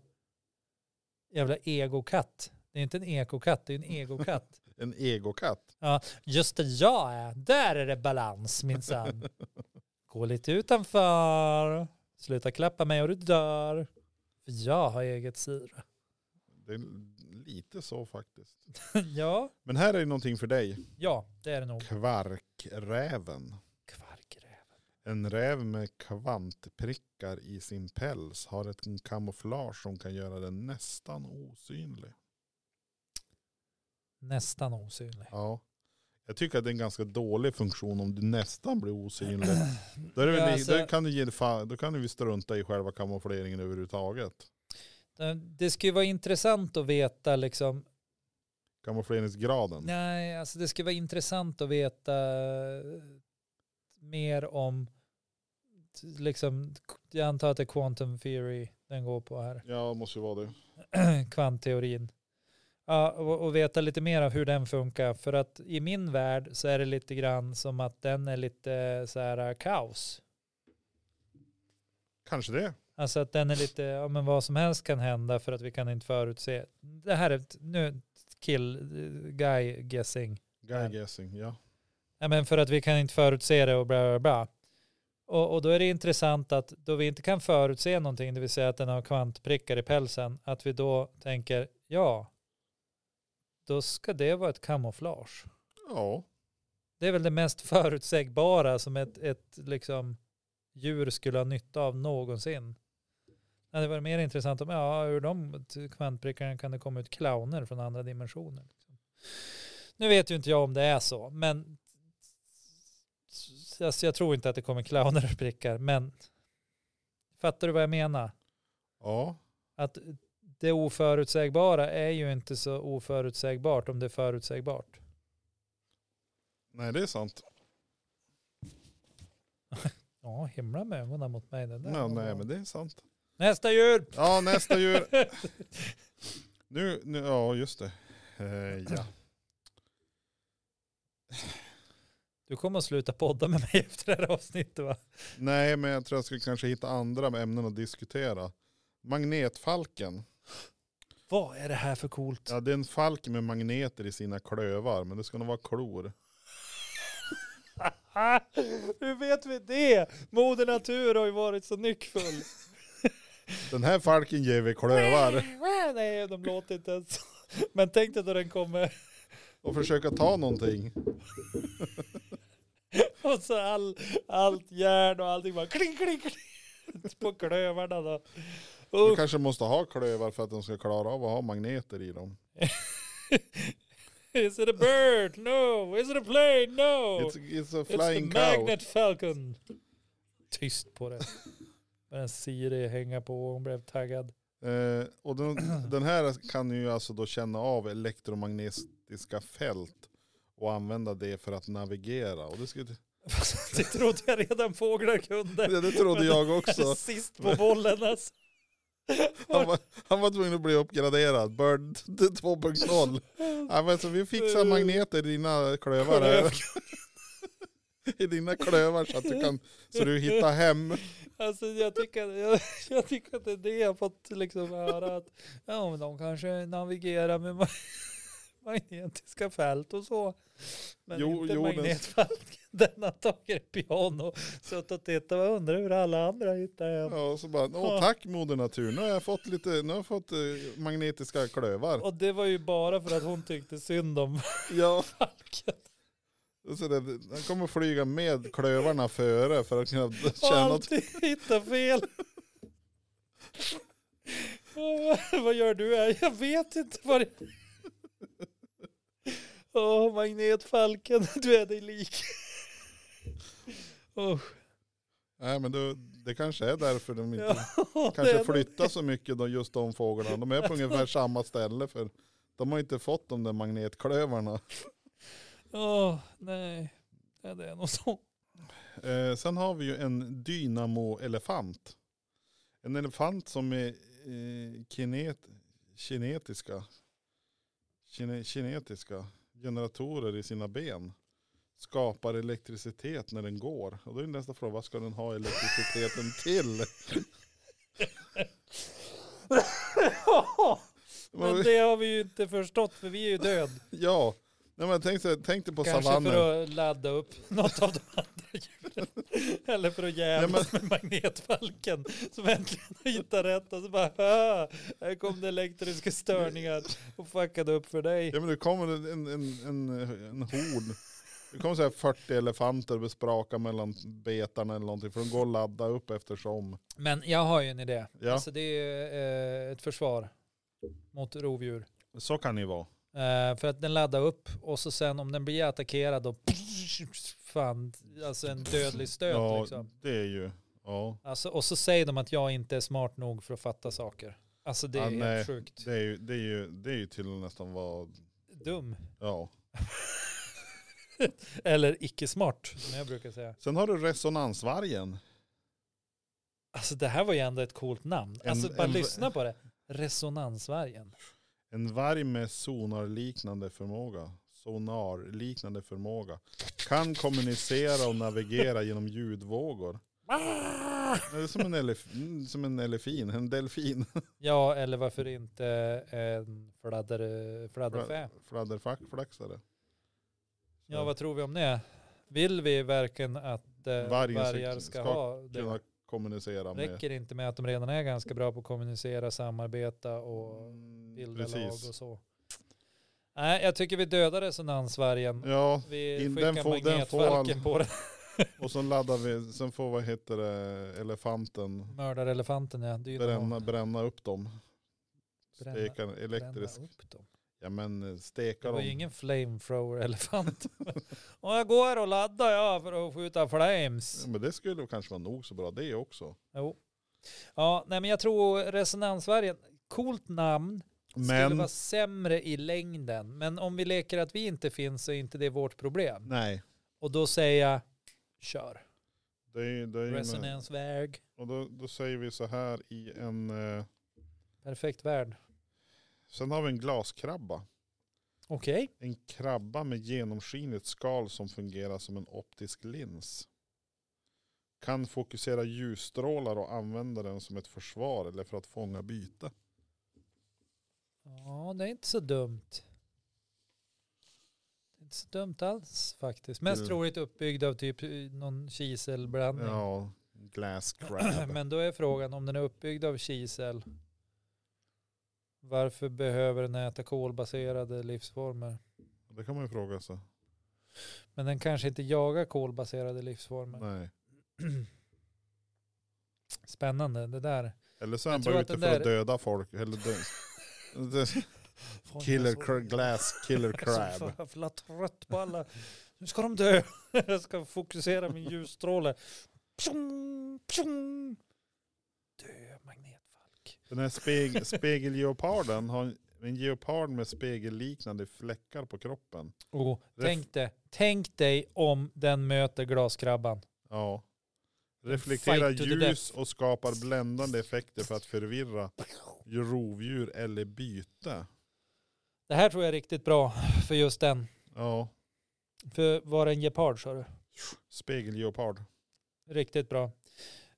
Jävla egokatt. Det är inte en ekokatt, det är en egokatt.
En egokatt.
Just det, jag är. Där är det balans minsann. Gå lite utanför. Sluta klappa mig och du dör. För jag har eget syre.
Det är lite så faktiskt.
ja,
Men här är ju någonting för dig.
ja, det är det nog.
Kvarkräven.
Kvarkräv.
En räv med kvantprickar i sin päls har ett kamouflage som kan göra den nästan osynlig.
Nästan osynlig.
Ja. Jag tycker att det är en ganska dålig funktion om du nästan blir osynlig. Då, är det
Ja,
väl,
alltså-
då, kan du ge, fa- då kan du väl strunta i själva kamoufleringen överhuvudtaget.
Det- Eh, Det skulle ju vara intressant att veta liksom.
Kamoufleringsgraden.
Nej, alltså det skulle vara intressant att veta mer om liksom, jag antar att det är quantum theory den går på här.
Ja, det måste ju vara det.
kvantteorin. Ja, och, och veta lite mer av hur den funkar. För att i min värld så är det lite grann som att den är lite så här eh, kaos.
Kanske det.
Alltså att den är lite, ja men vad som helst kan hända för att vi kan inte förutse. Det här är ett, nu ett kill, eh, guy guessing.
Guy
Ja.
guessing, ja.
Ja men för att vi kan inte förutse det och bla bla bla. Och, och då är det intressant att då vi inte kan förutse någonting, det vill säga att den har kvantprickar i pälsen, att vi då tänker, ja, då ska det vara ett kamouflage.
Ja,
Det är väl det mest förutsägbara som ett, ett liksom, djur skulle ha nytta av någonsin. Det hade varit mer intressant om, ja, ur de t- kvantprickarna kan det komma ut clowner från andra dimensioner. Liksom. Nu vet ju inte jag om det är så, men alltså, jag tror inte att det kommer clowner och prickar, men fattar du vad jag menar?
ja.
Att det oförutsägbara är ju inte så oförutsägbart om det är förutsägbart.
Nej, det är sant.
Ja, himla med ögonen mot mig. Det där
Nej,
var
nej,
bra.
men det är sant.
Nästa djur!
Ja, nästa djur. Nu, nu ja just det. Eh, ja.
Du kommer att sluta podda med mig efter det här avsnittet va?
Nej, men jag tror jag skulle kanske hitta andra ämnen att diskutera. Magnetfalken.
Vad är det här för coolt?
Ja, det är en falk med magneter i sina klövar, men det ska nog vara klor.
Ah, hur vet vi det? Moder Natur har ju varit så nyckfull.
Den här falken ger vi klövar
Nej, de låter inte ens så. Men tänk dig då den kommer
och försöka ta någonting.
och så all, allt järn och allting bara kling, kling, kling på klövarna då.
Du
Usch.
kanske måste ha klövar för att de ska klara av att ha magneter i dem.
Oh, Is it a bird? No. Is it a plane? No.
It's, it's a
It's the
flying cow.
magnet falcon. Tyst på det. Men Siri hänga på, hon blev taggad.
Eh, och den, den här kan ju alltså då känna av elektromagnetiska fält och använda det för att navigera. Och det, skulle,
Det trodde jag redan fåglar kunde.
det, det trodde jag också.
Sist på bollen alltså.
Han var, han var tvungen att bli uppgraderad. Bird 2.0. Ja, men så vi fixar magneter i dina klövar. här. I dina klövar så att du kan så du hittar hem.
Alltså jag tycker, jag, jag tycker att det är det jag fått liksom höra. Att, ja men de kanske navigerar med ma- magnetiska fält och så. Men
Jo-
inte
jordens-
magnetfält. Den har tagit ett piano. Suttit och tittat och undrar hur alla andra hittar hem.
Ja, och så bara, åh tack moder natur. Nu har jag fått lite, nu har jag fått eh, magnetiska klövar.
Och det var ju bara för att hon tyckte synd om
Ja.
falken.
Och Så det, den kommer flyga med klövarna före för att kunna
Och
känna att
alltid hitta fel. vad gör du här? Jag vet inte vad det Åh, magnetfalken. Du är dig lik. Usch.
Nej men det, det kanske är därför de inte
Ja, det
kanske
är
flyttar så mycket då, just de fåglarna. De är på ungefär samma ställe för de har inte fått de där magnetklövarna.
Åh, nej. Ja, det är nog så.
Eh, sen har vi ju en dynamo-elefant. En elefant som är eh, kinet, kinetiska, kine, kinetiska generatorer i sina ben. Skapar elektricitet när den går. Och då är nästa fråga, vad ska den ha elektriciteten till?
Men det har vi ju inte förstått för vi är ju död.
Ja, Nej, men tänk, så här, tänk dig på
Kanske
savannen.
för att ladda upp något av de andra djuren. Eller för att jävlas med magnetfalken som äntligen har hittat rätt. Och så bara, "Ah, här kom det elektriska störningar och fuckade upp för dig.
Ja men det kommer en, en, en, en, en hord. Det kommer så här 40 elefanter bespraka mellan betarna eller någonting. För de går att ladda upp eftersom.
Men jag har ju en idé.
Ja,
Alltså det är ju eh, ett försvar mot rovdjur.
så kan det ju vara.
Eh, för att den laddar upp och så sen om den blir attackerad då fan, alltså en dödlig stöt
ja,
liksom.
det är ju. Ja,
Alltså, och så säger de att jag inte är smart nog för att fatta saker. Alltså det är
Ja,
helt
nej.
sjukt.
det är ju, det är ju, det är ju till och nästan vad,
Dum.
ja.
Eller icke smart, som jag brukar säga.
Sen har du resonansvargen.
Alltså det här var ju ändå ett coolt namn. Alltså
En-
bara
en-
lyssna på det. Resonansvargen.
En varg med sonarliknande förmåga. Sonarliknande förmåga. Kan kommunicera och navigera genom ljudvågor. Det är som en, elef- mm, som en elefin, en delfin.
Ja, eller varför inte en fladder, fladderfä?
Fladderfack, flaxare.
Ja, vad tror vi om det? Vill vi verkligen att eh,
Vargen ska-
vargar ska
ska
ha det?
Kunna kommunicera med.
Räcker det inte med att de redan är ganska bra på att kommunicera, samarbeta och
Mm,
bilda lag
Precis.
och så? Nej, jag tycker vi dödar resonansvargen.
Ja,
Vi
In-
skickar
den får- den får
magnetfalken
all-
på den.
och sen laddar vi, sen får vad heter det, elefanten
Mördar elefanten, ja. Det är ju
bränna,
någon-
bränna upp dem.
Bränna-
Steka
bränna
elektrisk.
upp dem.
Ja men eh,
Det
steka
var
dem.
ju ingen flamethrower-elefant. och jag går och laddar ja för att skjuta flames.
Ja, men det skulle kanske vara nog så bra det också.
Jo. Ja, nej men jag tror resonansvargen, coolt namn. skulle
Men
vara sämre i längden. Men om vi leker att vi inte finns så är inte det vårt problem.
nej,
Och då säger jag, kör.
det är, det är med,
Resonansväg.
och då, då säger vi så här i en, eh,
Perfekt värld.
sen har vi en glaskrabba.
Okej.
En krabba med genomskinligt skal som fungerar som en optisk lins. Kan fokusera ljusstrålar och använda den som ett försvar eller för att fånga byte.
Ja, det är inte så dumt. Det är inte så dumt alls faktiskt. Mest
Mm.
troligt uppbyggd av typ eh, någon kiselblandning.
Ja, glass crab.
Men då är frågan om den är uppbyggd av kisel. Varför behöver den äta kolbaserade livsformer?
Det kan man ju fråga sig.
Men den kanske inte jagar kolbaserade livsformer.
Nej.
Spännande det där.
Eller så är
Jag
han
tror
bara
att
ute
den
för att
där-
döda folk. Eller dö- killer cra- glass killer
Jag är Alltså, så
crab.
jävla trött på alla. Nu ska de dö. Jag ska fokusera min ljusstråle. Pjong, pjong. Dö magnetfalk.
Den här speg- spegelgeoparden har en- en geopard med spegelliknande fläckar på kroppen.
Oh,
Ref-
tänk, dig, tänk dig om den möter glaskrabban.
Ja. Reflekterar
Fight to the
ljus och skapar bländande effekter för att förvirra rovdjur eller byte.
Det här tror jag är riktigt bra för just den.
Ja,
För var det en gepard sa du?
spegelgeopard.
Riktigt bra.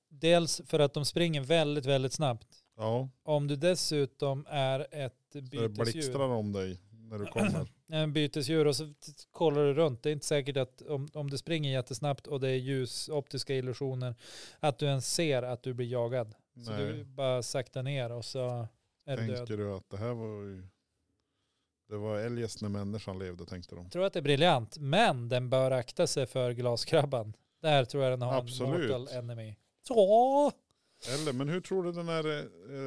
Dels för att de springer väldigt, väldigt snabbt.
Ja,
Om du dessutom är ett
så det
bytesdjur.
blixtrar om dig när du kommer.
en bytesdjur och så t- kollar du runt. Det är inte säkert att om, om det springer jättesnabbt och det är ljus, optiska illusioner, att du ens ser att du blir jagad. Så du
Nej,
bara sakta ner och så är du död.
tänker du att det här var ju... Det var eljest när människan levde tänkte de.
Jag tror att det är briljant, men den bör akta sig för glaskrabban. Där tror jag den har en
Absolut.
mortal enemy. Så!
Eller, men hur tror du den här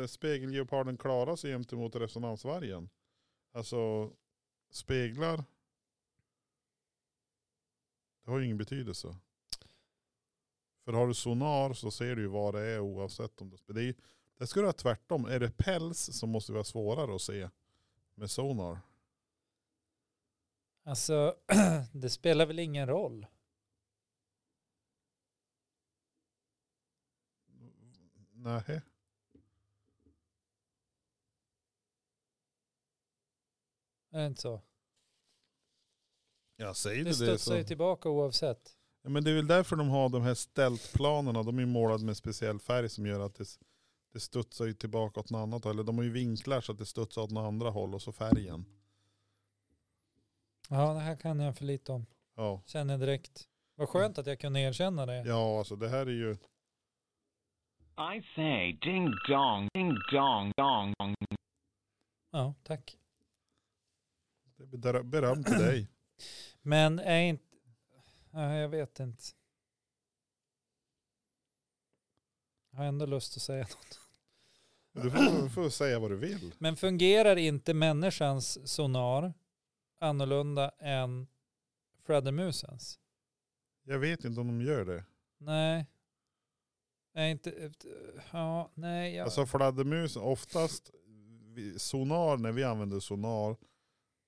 eh, spegelgeoparden klarar sig gentemot resonansvargen? Alltså, speglar... Det har ju ingen betydelse. För har du sonar så ser du ju vad det är oavsett om det... Det, är, ju- det ska du ha tvärtom. Är det päls så måste det vara svårare att se med sonar.
Alltså, det spelar väl ingen roll.
Nej.
Är det inte så?
Jag säger
Det
det. det
studsar
så.
ju tillbaka oavsett.
Ja, men det är väl därför de har de här steltplanerna. De är ju målade med speciell färg som gör att det, s- det studsar ju tillbaka åt något annat håll. Eller de har ju vinklar så att det studsar åt något andra håll och så färgen.
Ja, det här kan jag för lite om.
Ja,
Känner direkt. Vad skönt att jag kunde erkänna det.
ja alltså det här är ju...
I say ding dong, ding dong, dong, dong.
Ja, tack.
Det är bedra- beröm till dig.
Men är inte... Ja, jag vet inte. Jag har ändå lust att säga något.
Du får, du får säga vad du vill.
Men fungerar inte människans sonar annorlunda än fladdermusens?
Jag vet inte om de gör det.
Nej. Är inte... Ja, nej. Jag,
Alltså fladdermusen, oftast vi- sonar, när vi använder sonar,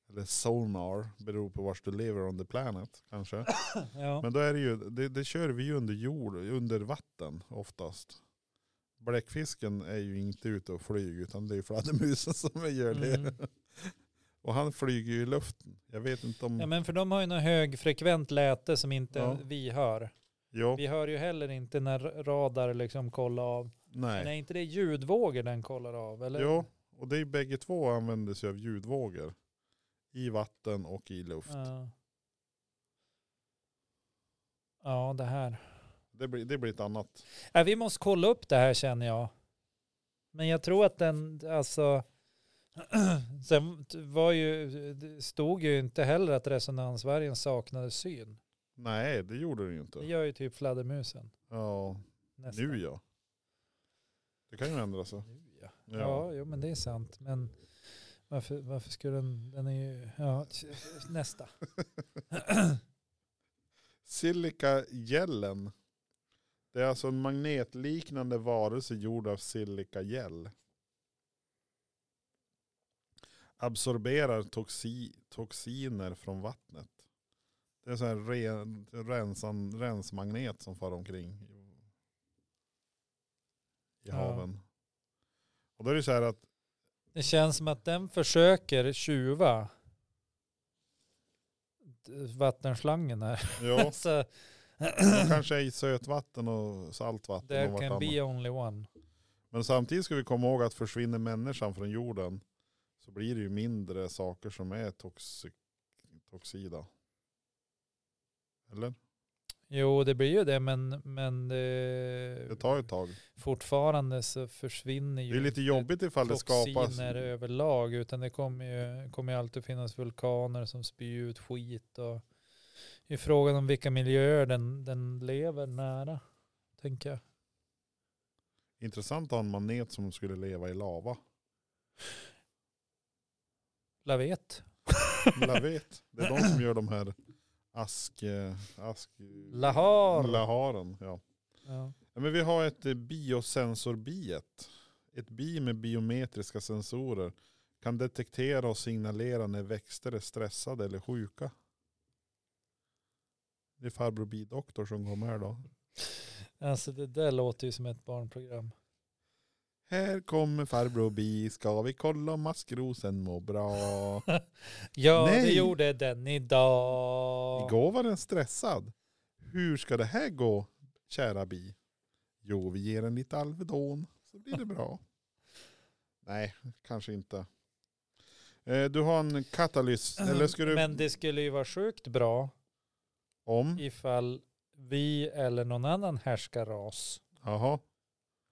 eller sonar, beror på vart du lever on the planet kanske.
ja.
Men då är det ju, det, det kör vi ju under jord, under vatten oftast. Bläckfisken är ju inte ute och flyger utan det är ju fladdermusen som gör det.
Mm.
Och han flyger ju i luften. Jag vet inte om...
Ja
Ja,
men för de har ju något högfrekvent läte som inte
Ja.
vi hör. Vi hör ju heller inte när radar liksom kollar av. Men är
nej.
inte det ljudvågor den kollar av? Eller?
Jo, och det är bägge två använder sig av ljudvågor. I vatten och i luft.
Ja. ja, det här.
Det, blir, det blir ett annat.
Äh, vi måste kolla upp det här känner jag. Men jag tror att den, alltså. Sen var ju, det stod ju inte heller att resonansvargen saknade syn.
Nej, det gjorde det ju
Det
inte.
gör ju typ fladdermusen.
Ja,
Nästan.
nu ja. Det kan ju ändra sig.
Nu ja.
Ja.
Ja, jo, men det är sant. Men varför, varför skulle den... Den är ju... Ja, t- nästa.
Silikagällen. Det är alltså en magnetliknande varelse gjord av silikagäll. Absorberar toxi, toxiner från vattnet. Det är en sån här ren, rensan, rensmagnet som far omkring i
Ja.
haven. Och då är det så här att
Det känns som att den försöker tjuva d- vattenslangen här.
ja,
Alltså,
de kanske är i sötvatten och saltvatten. och
there can
vartannat.
be only one.
Men samtidigt ska vi komma ihåg att försvinner människan från jorden så blir det ju mindre saker som är toxi- toxida. Eller?
Jo, det blir ju det, men, men det,
Det tar ett tag.
fortfarande så försvinner
Det
ju
är lite
inte
jobbigt ifall det skapas.
toxiner överlag, utan det kommer ju, kommer ju alltid finnas vulkaner som spyr ut skit och det är frågan om vilka miljöer den, den lever nära, tänker jag.
Intressant att ha en manet som skulle leva i lava.
Lavet.
Lavet. Det är de som gör de här ask... eh, ask
Lahar.
Laharen, ja.
Ja.
Ja, men vi har ett eh, biosensorbiet. Ett bi med biometriska sensorer kan detektera och signalera när växter är stressade eller sjuka. Det är farbror bidoktor som kommer här då.
Alltså det där låter ju som ett barnprogram.
Här kommer farbror bi, ska vi kolla om maskrosen mår bra.
Ja, det
Nej.
gjorde den idag.
Igår var den stressad. Hur ska det här gå, kära bi? Jo, vi ger den lite Alvedon, så blir det bra. Nej, kanske inte. Eh, Du har en katalys, eller ska du
Eh, Men det skulle ju vara sjukt bra
om?
ifall vi eller någon annan härskarras
Jaha,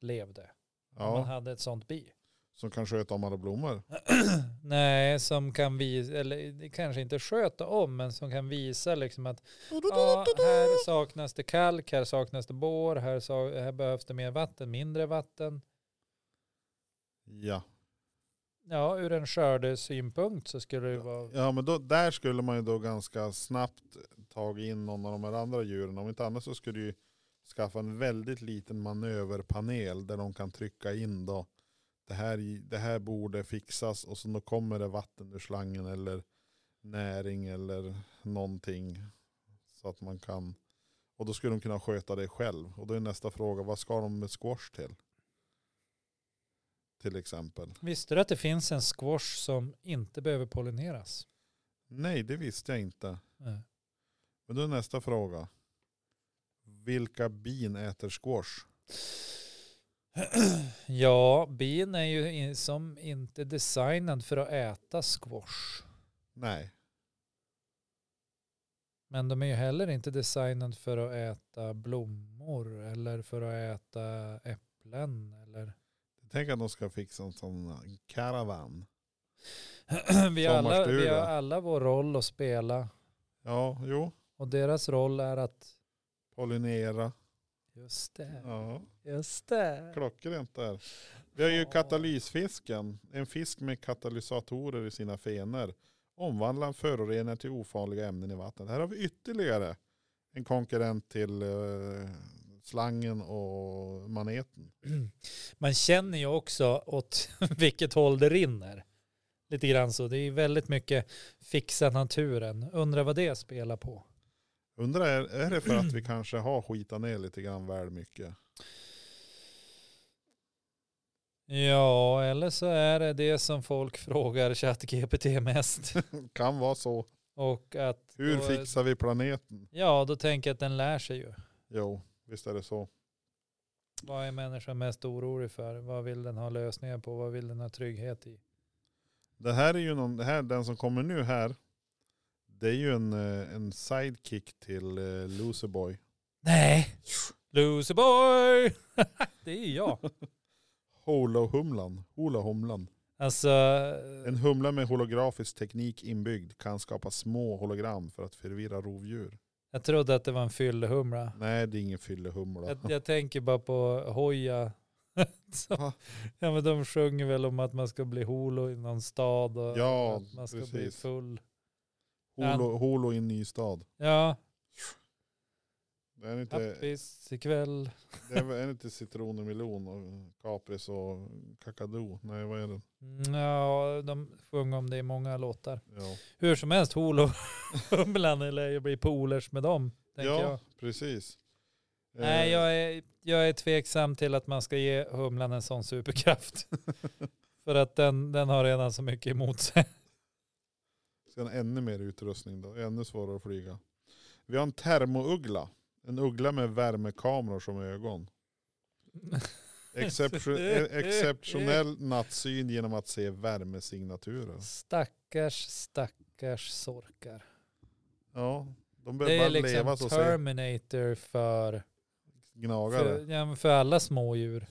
levde. Om man
ja,
hade ett sånt bi.
som kan sköta om alla blommor.
Nej, som kan visa, eller det kanske inte sköta om, men som kan visa liksom att ja, här saknas det kalk, här saknas det bår, här, sa, här behövs det mer vatten, mindre vatten.
Ja,
Ja, ur en skördesynpunkt så skulle det vara...
ja men då, där skulle man ju då ganska snabbt ta in någon av de här andra djuren. Om inte annat så skulle du ju skaffa en väldigt liten manöverpanel där de kan trycka in då det här, det här borde fixas och så då kommer det vatten ur slangen eller näring eller någonting. Så att man kan. Och då skulle de kunna sköta det själv. Och då är nästa fråga, vad ska de med squash till? Till exempel.
Visste du att det finns en squash som inte behöver pollineras?
Nej, det visste jag inte.
Nej.
Men då är nästa fråga. Vilka bin äter squash?
Ja, bin är ju in, som inte designad för att äta squash.
Nej,
Men de är ju heller inte designad för att äta blommor eller för att äta äpplen. Eller...
tänk att de ska fixa en sån caravan.
vi, har alla, vi
Sommarstuga.
har alla vår roll att spela
Ja, jo,
och deras roll är att
pollinera.
just det,
Ja,
just det.
klockrent där. Vi har ju
Ja.
katalysfisken. En fisk med katalysatorer i sina fenor. Omvandlar föroreningar till ofarliga ämnen i vattnet. Här har vi ytterligare en konkurrent till eh, slangen och maneten.
Man känner ju också åt vilket håll det rinner. Lite grann så. Det är väldigt mycket fixa naturen. Undrar vad det spelar på.
Undrar, är, är det för att vi kanske har skitat ner lite grann väl mycket?
Ja, eller så är det det som folk frågar ChatGPT mest.
Kan vara så.
Och att
Hur
då,
fixar vi planeten?
Ja, då tänker jag att den lär sig ju.
Jo, visst är det så.
Vad är människan mest orolig för? Vad vill den ha lösningar på? Vad vill den ha trygghet i?
Det här är ju någon, det här, den som kommer nu här. Det är ju en, eh, en sidekick till eh, Loserboy.
Nej. Loserboy! det är ju jag.
Holo-humlan. Holo-humlan.
Alltså,
En humla med holografisk teknik inbyggd kan skapa små hologram för att förvirra rovdjur.
jag trodde att det var en fyllehumla.
Nej, det är ingen fyllehumla.
Jag, jag tänker bara på Hoja. Som,
Va?
ja, men de sjunger väl om att man ska bli holo i någon stad och
Ja,
att man ska bli
precis.
full.
Holo, holo i en ny stad.
Ja,
Det är inte,
Happis ikväll.
det är väl inte citron och melon och kapris och kakadu. Nej, vad är det?
Mm, Ja, de sjöng om det i många låtar.
Ja,
Hur som helst, Holo och Humlan eller jag blir polers med dem. Tänker
ja eh.
jag.
precis.
Nej,
Eh,
jag är, jag är tveksam till att man ska ge Humlan en sån superkraft. För att den, den har redan så mycket emot sig.
Sen ännu mer utrustning då, ännu svårare att flyga. Vi har en termouggla. En uggla med värmekameror som ögon. Exception, eh, exceptionell nattsyn genom att se värmesignaturer.
Stackars, stackars sorkar.
Ja, de
Det
behöver bara
är liksom
leva så ser
Terminator för,
gnagare.
för, ja, men för alla smådjur.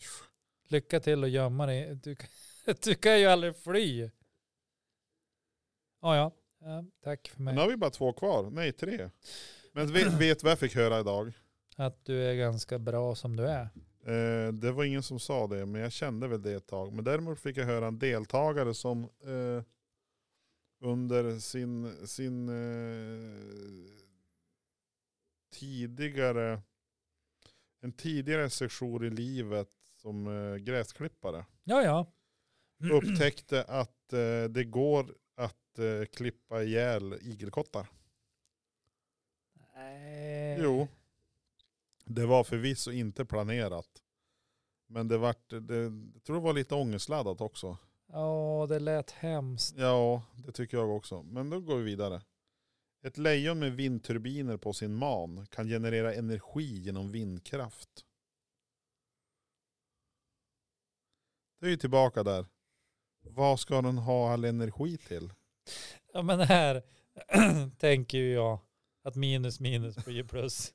Lycka till och gömma dig. Du, kan- du kan ju aldrig fly. Ja, ja. ja tack för
Men
mig.
nu har vi bara två kvar, nej tre. Men vet, vet vad jag fick höra idag?
Att du är ganska bra som du är.
Eh, det var ingen som sa det, men jag kände väl det ett tag. Men däremot fick jag höra en deltagare som eh, under sin, sin eh, tidigare en tidigare session i livet som eh, gräsklippare
Ja, ja.
upptäckte att eh, det går att eh, klippa ihjäl igelkottar.
Nej.
Jo, det var förvisso inte planerat. Men det vart, det, jag tror det var lite ångestladdat också.
Ja, det lät hemskt.
Ja, det tycker jag också. Men då går vi vidare. Ett lejon med vindturbiner på sin man kan generera energi genom vindkraft. Det är ju tillbaka där. Vad ska den ha all energi till?
Ja, men här tänker ju jag att minus minus blir plus.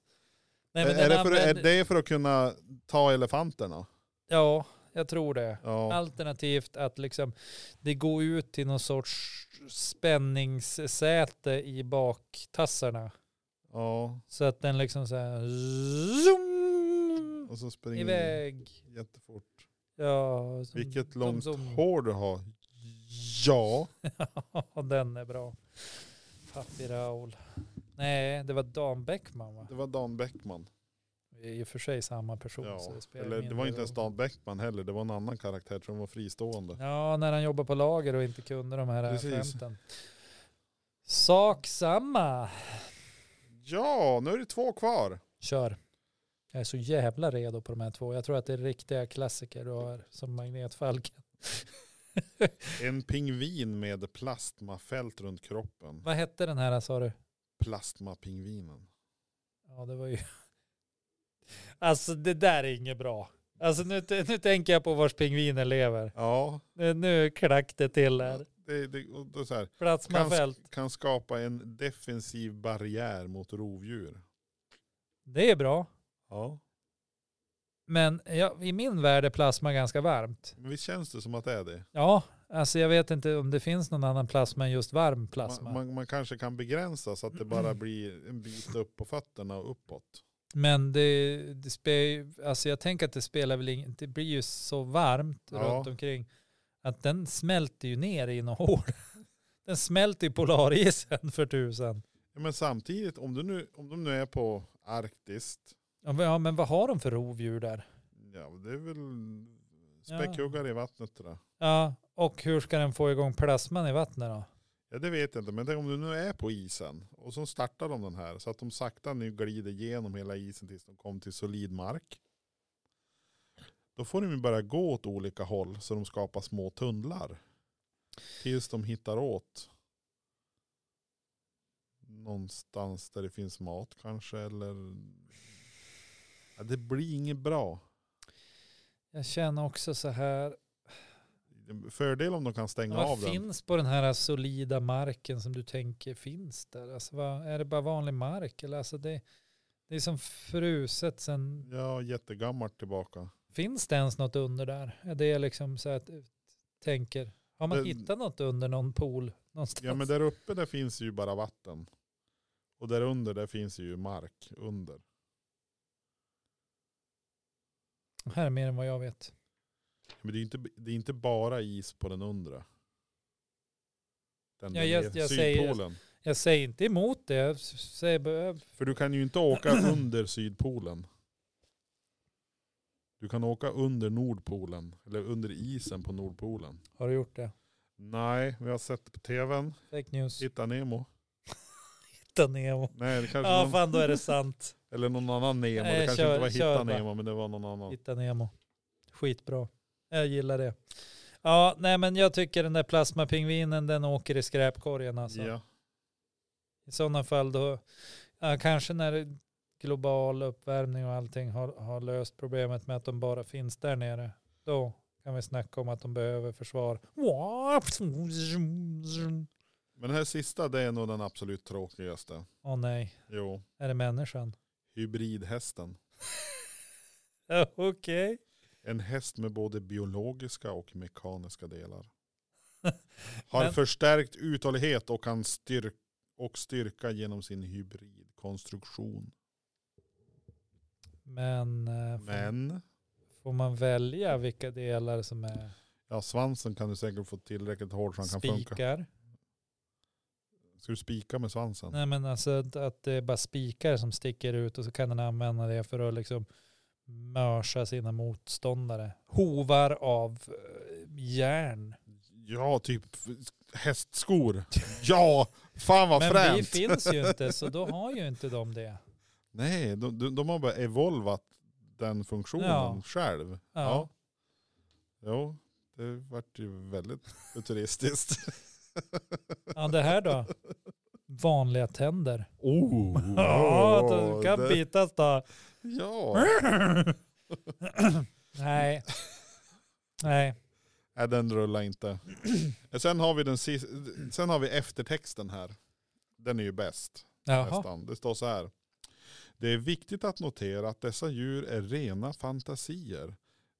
Nej, men
är,
den
det för, är
använder-
det för att kunna ta elefanterna?
Ja, jag tror det.
Ja,
Alternativt att liksom det går ut till någon sorts spänningssäte i baktassarna.
ja.
Så att den liksom så här zoom,
och så springer den
iväg.
jättefort.
Ja, som-
Vilket
som-
långt
som-
hår du har. Ja.
Ja, den är bra. Papi Raoul. Nej, det var Dan Bäckman va?
Det var Dan Bäckman.
Vi är i och för sig samma person.
Ja,
så det, spelar
eller det
mindre
var inte
roll.
ens Dan Bäckman heller, det var en annan karaktär som var fristående.
Ja, när han jobbar på lager och inte kunde de här
Precis.
skämten. Sak samma.
Ja, nu är det två kvar.
Kör. Jag är så jävla redo på de här två. Jag tror att det är riktiga klassiker du har som magnetfalken.
En pingvin med plasmafält runt kroppen.
Vad hette den här sa du?
Plasmapingvinen.
Ja, det var ju... Alltså det där är inget bra. Alltså nu, nu tänker jag på vars pingviner lever.
Ja,
Nu, nu klack det till här.
det, det, och det är så här. Kan,
Plasmafält.
kan skapa en defensiv barriär mot rovdjur.
Det är bra.
Ja.
Men ja, i min värld är plasma ganska varmt.
Men visst känns det som att det är det?
Ja, alltså jag vet inte om det finns någon annan plasma än just varm plasma.
Man, man, man kanske kan begränsa så att det bara blir en bit upp på fötterna och uppåt.
Men det, det spelar ju, alltså jag tänker att det spelar väl ingen, det blir ju så varmt
Ja.
runt omkring att den smälter ju ner i några hål. Den smälter ju polarisen för tusan.
Ja, Men samtidigt, om, du nu, om de nu är på Arktis,
Ja, men- Ja men vad har de för rovdjur där?
ja det är väl späckhuggare i vattnet det där.
Ja, och hur ska den få igång plasman i vattnet då?
Ja det vet jag inte, men det, om du nu är på isen och så startar de den här så att de sakta nu glider igenom hela isen tills de kommer till solid mark. Då får de ju börja gå åt olika håll så de skapar små tunnlar. Tills de hittar åt någonstans där det finns mat kanske eller ja, det blir inget bra.
Jag känner också så här,
Fördel om de kan stänga av
vad
den.
finns på den här solida marken som du tänker finns där? Alltså vad, är det bara vanlig mark? Eller alltså det, det är som fruset sen
Ja, jättegammalt tillbaka.
Finns det ens något under där? Är det liksom så att tänker, har man
Det-
hittat något under någon pool någonstans?
Ja men där uppe där finns ju bara vatten. Och där under där finns ju mark under.
Här är mer än vad jag vet.
Men det är ju inte, det är inte bara is på den undre. Den
Ja,
där
jag-
nere,
jag säger-
Sydpolen.
Jag säger inte emot det, jag säger bara,
För du kan ju inte åka under Sydpolen. Du kan åka under Nordpolen. Eller under isen på Nordpolen.
har du gjort det?
Nej, vi har sett på tvn.
Fake news.
Hitta Nemo.
Hitta Nemo.
Nej, det kanske
Ja
någon,
fan då är det sant.
Eller någon annan Nemo.
Nej,
det kanske
kör-
inte var
kör
Hitta
bara.
Nemo, men det var någon annan.
Hitta Nemo. Skitbra. Jag gillar det. Ja, nej men jag tycker den där plasmapingvinen den åker i skräpkorgen alltså.
Ja.
I sådana fall då, ja, kanske när global uppvärmning och allting har, har löst problemet med att de bara finns där nere, då kan vi snacka om att de behöver försvar. Åh
Men den här sista, det är nog den absolut tråkigaste.
nej,
Jo.
är det människan?
Hybridhästen.
Ja, Okej.
En häst med både biologiska och mekaniska delar. Har
Men-
förstärkt uthållighet och kan styrk och styrka genom sin hybridkonstruktion.
Men, eh, får,
Men
får man välja vilka delar som är
ja, svansen kan du säkert få tillräckligt hård så han kan funka.
spikar?
Ska du spika med svansen?
Nej men alltså att, att det är bara spikar som sticker ut och så kan den använda det för att liksom mörsa sina motståndare. Hovar av eh, järn.
Ja, typ f- hästskor. Ja, fan vad
men vi
fränt.
finns ju inte så då har ju inte de det.
Nej, de, de, de har bara evolvat den funktionen
Ja.
själv.
Ja.
Ja. Jo, det vart ju väldigt futuristiskt.
ja det här då? Vanliga tänder.
Oh,
Ja, de kan bitas då.
Ja,
Nej. Nej.
Nej, den rullar inte. Sen har vi den sista, sen har vi eftertexten här. Den är ju bäst
Jaha.
nästan. Det står så här. Det är viktigt att notera att dessa djur är rena fantasier.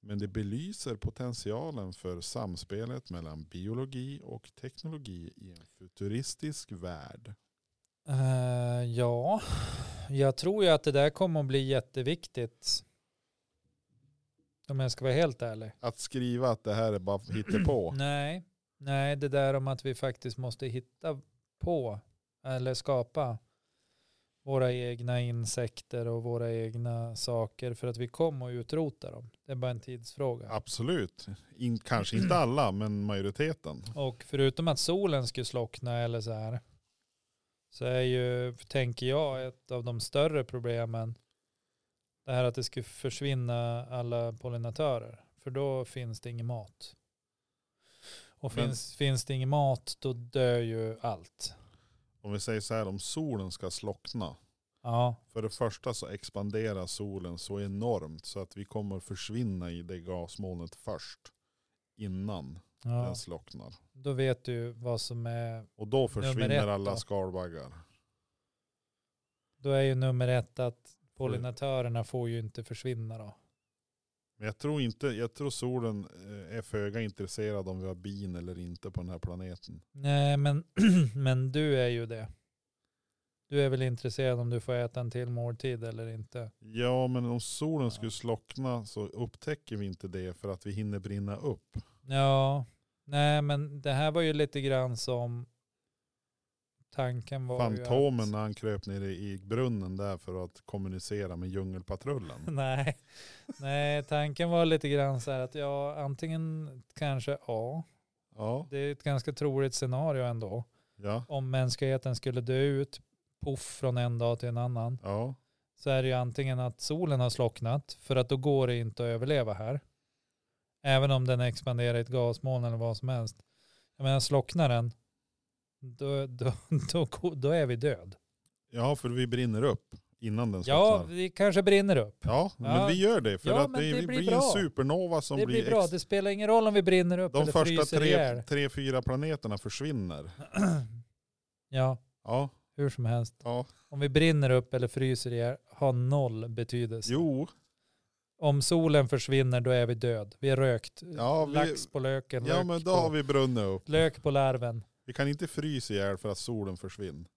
Men det belyser potentialen för samspelet mellan biologi och teknologi i en futuristisk värld.
Eh, ja, jag tror ju att det där kommer att bli jätteviktigt. Om jag ska vara helt ärlig.
Att skriva att det här är bara hittepå.
Nej, nej, det där om att vi faktiskt måste hitta på eller skapa våra egna insekter och våra egna saker för att vi kommer att utrota dem. Det är bara en tidsfråga.
Absolut. In, kanske inte alla, men majoriteten.
Och förutom att solen skulle slockna eller så här så är ju, tänker jag, ett av de större problemen det här att det skulle försvinna alla pollinatörer. För då finns det ingen mat. Och
Men-
finns, finns det ingen mat då dör ju allt.
Om vi säger så här, om solen ska slockna.
Ja,
För det första så expanderar solen så enormt så att vi kommer försvinna i det gasmolnet först. Innan
ja.
den slocknar.
då vet du vad som är
Och då
ett
försvinner alla
då.
skalbaggar.
Då är ju nummer ett att pollinatörerna får ju inte försvinna då.
Men jag tror, inte, jag tror solen eh, är föga intresserad om vi har bin eller inte på den här planeten.
Nej, men, men du är ju det. Du är väl intresserad om du får äta en till måltid eller inte.
Ja, men om solen
Ja.
skulle slockna så upptäcker vi inte det för att vi hinner brinna upp.
Ja, nej men det här var ju lite grann som tanken var
Fantomen
ju
när han kröp ner i i brunnen där för att kommunicera med djungelpatrullen.
att, nej, nej, tanken var lite grann så här att ja, antingen kanske A,
Ja,
det är ett ganska troligt scenario ändå.
ja,
Om mänskligheten skulle dö ut, poff från en dag till en annan.
ja.
så är det ju antingen att solen har slocknat för att då går det inte att överleva här. Även om den expanderar i ett gasmoln eller vad som helst. Jag menar slocknar den, då, då, då, ko- då är vi död.
Ja, för vi brinner upp innan den
Ja,
slocknar.
vi kanske brinner upp.
Ja,
Ja.
men vi gör det för
Ja,
att
men
det,
det
vi
blir
blir
bra.
en supernova som
Det blir bra,
ex-
det spelar ingen roll om vi brinner upp
de
eller
första
fryser
tre,
ihjäl.
tre, fyra planeterna försvinner.
Ja,
Ja,
hur som helst.
ja.
Om vi brinner upp eller fryser ihjäl har noll betydelse.
Jo,
Om solen försvinner då är vi död. Vi är rökt.
ja, vi,
Lax på löken,
ja
lök,
men då
på,
har vi brunnit upp.
lök på larven.
Vi kan inte frysa ihjäl för att solen försvinner.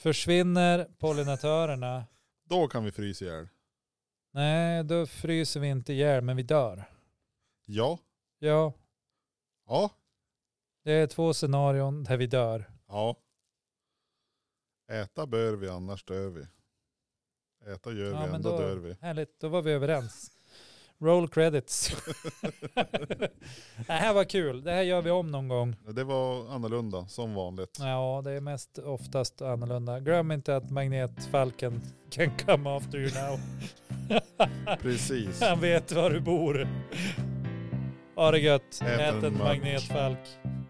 Försvinner pollinatörerna?
Då kan vi frysa ihjäl.
Nej, då fryser vi inte ihjäl, men vi dör.
Ja,
Ja,
ja,
det är två scenarion där vi dör.
ja. Äta bör vi, annars dör vi. Äta gör
Ja,
vi,
men
ändå
då-
dör vi.
Härligt, då var vi överens. Roll credits. det här var kul, det här gör vi om någon gång.
Det var annorlunda, som vanligt.
Ja, det är mest oftast annorlunda. Glöm inte att magnetfalken can come after you now.
Precis.
Han vet var du bor. Ha det gött,
Ät en
ät en
mag-
magnetfalk.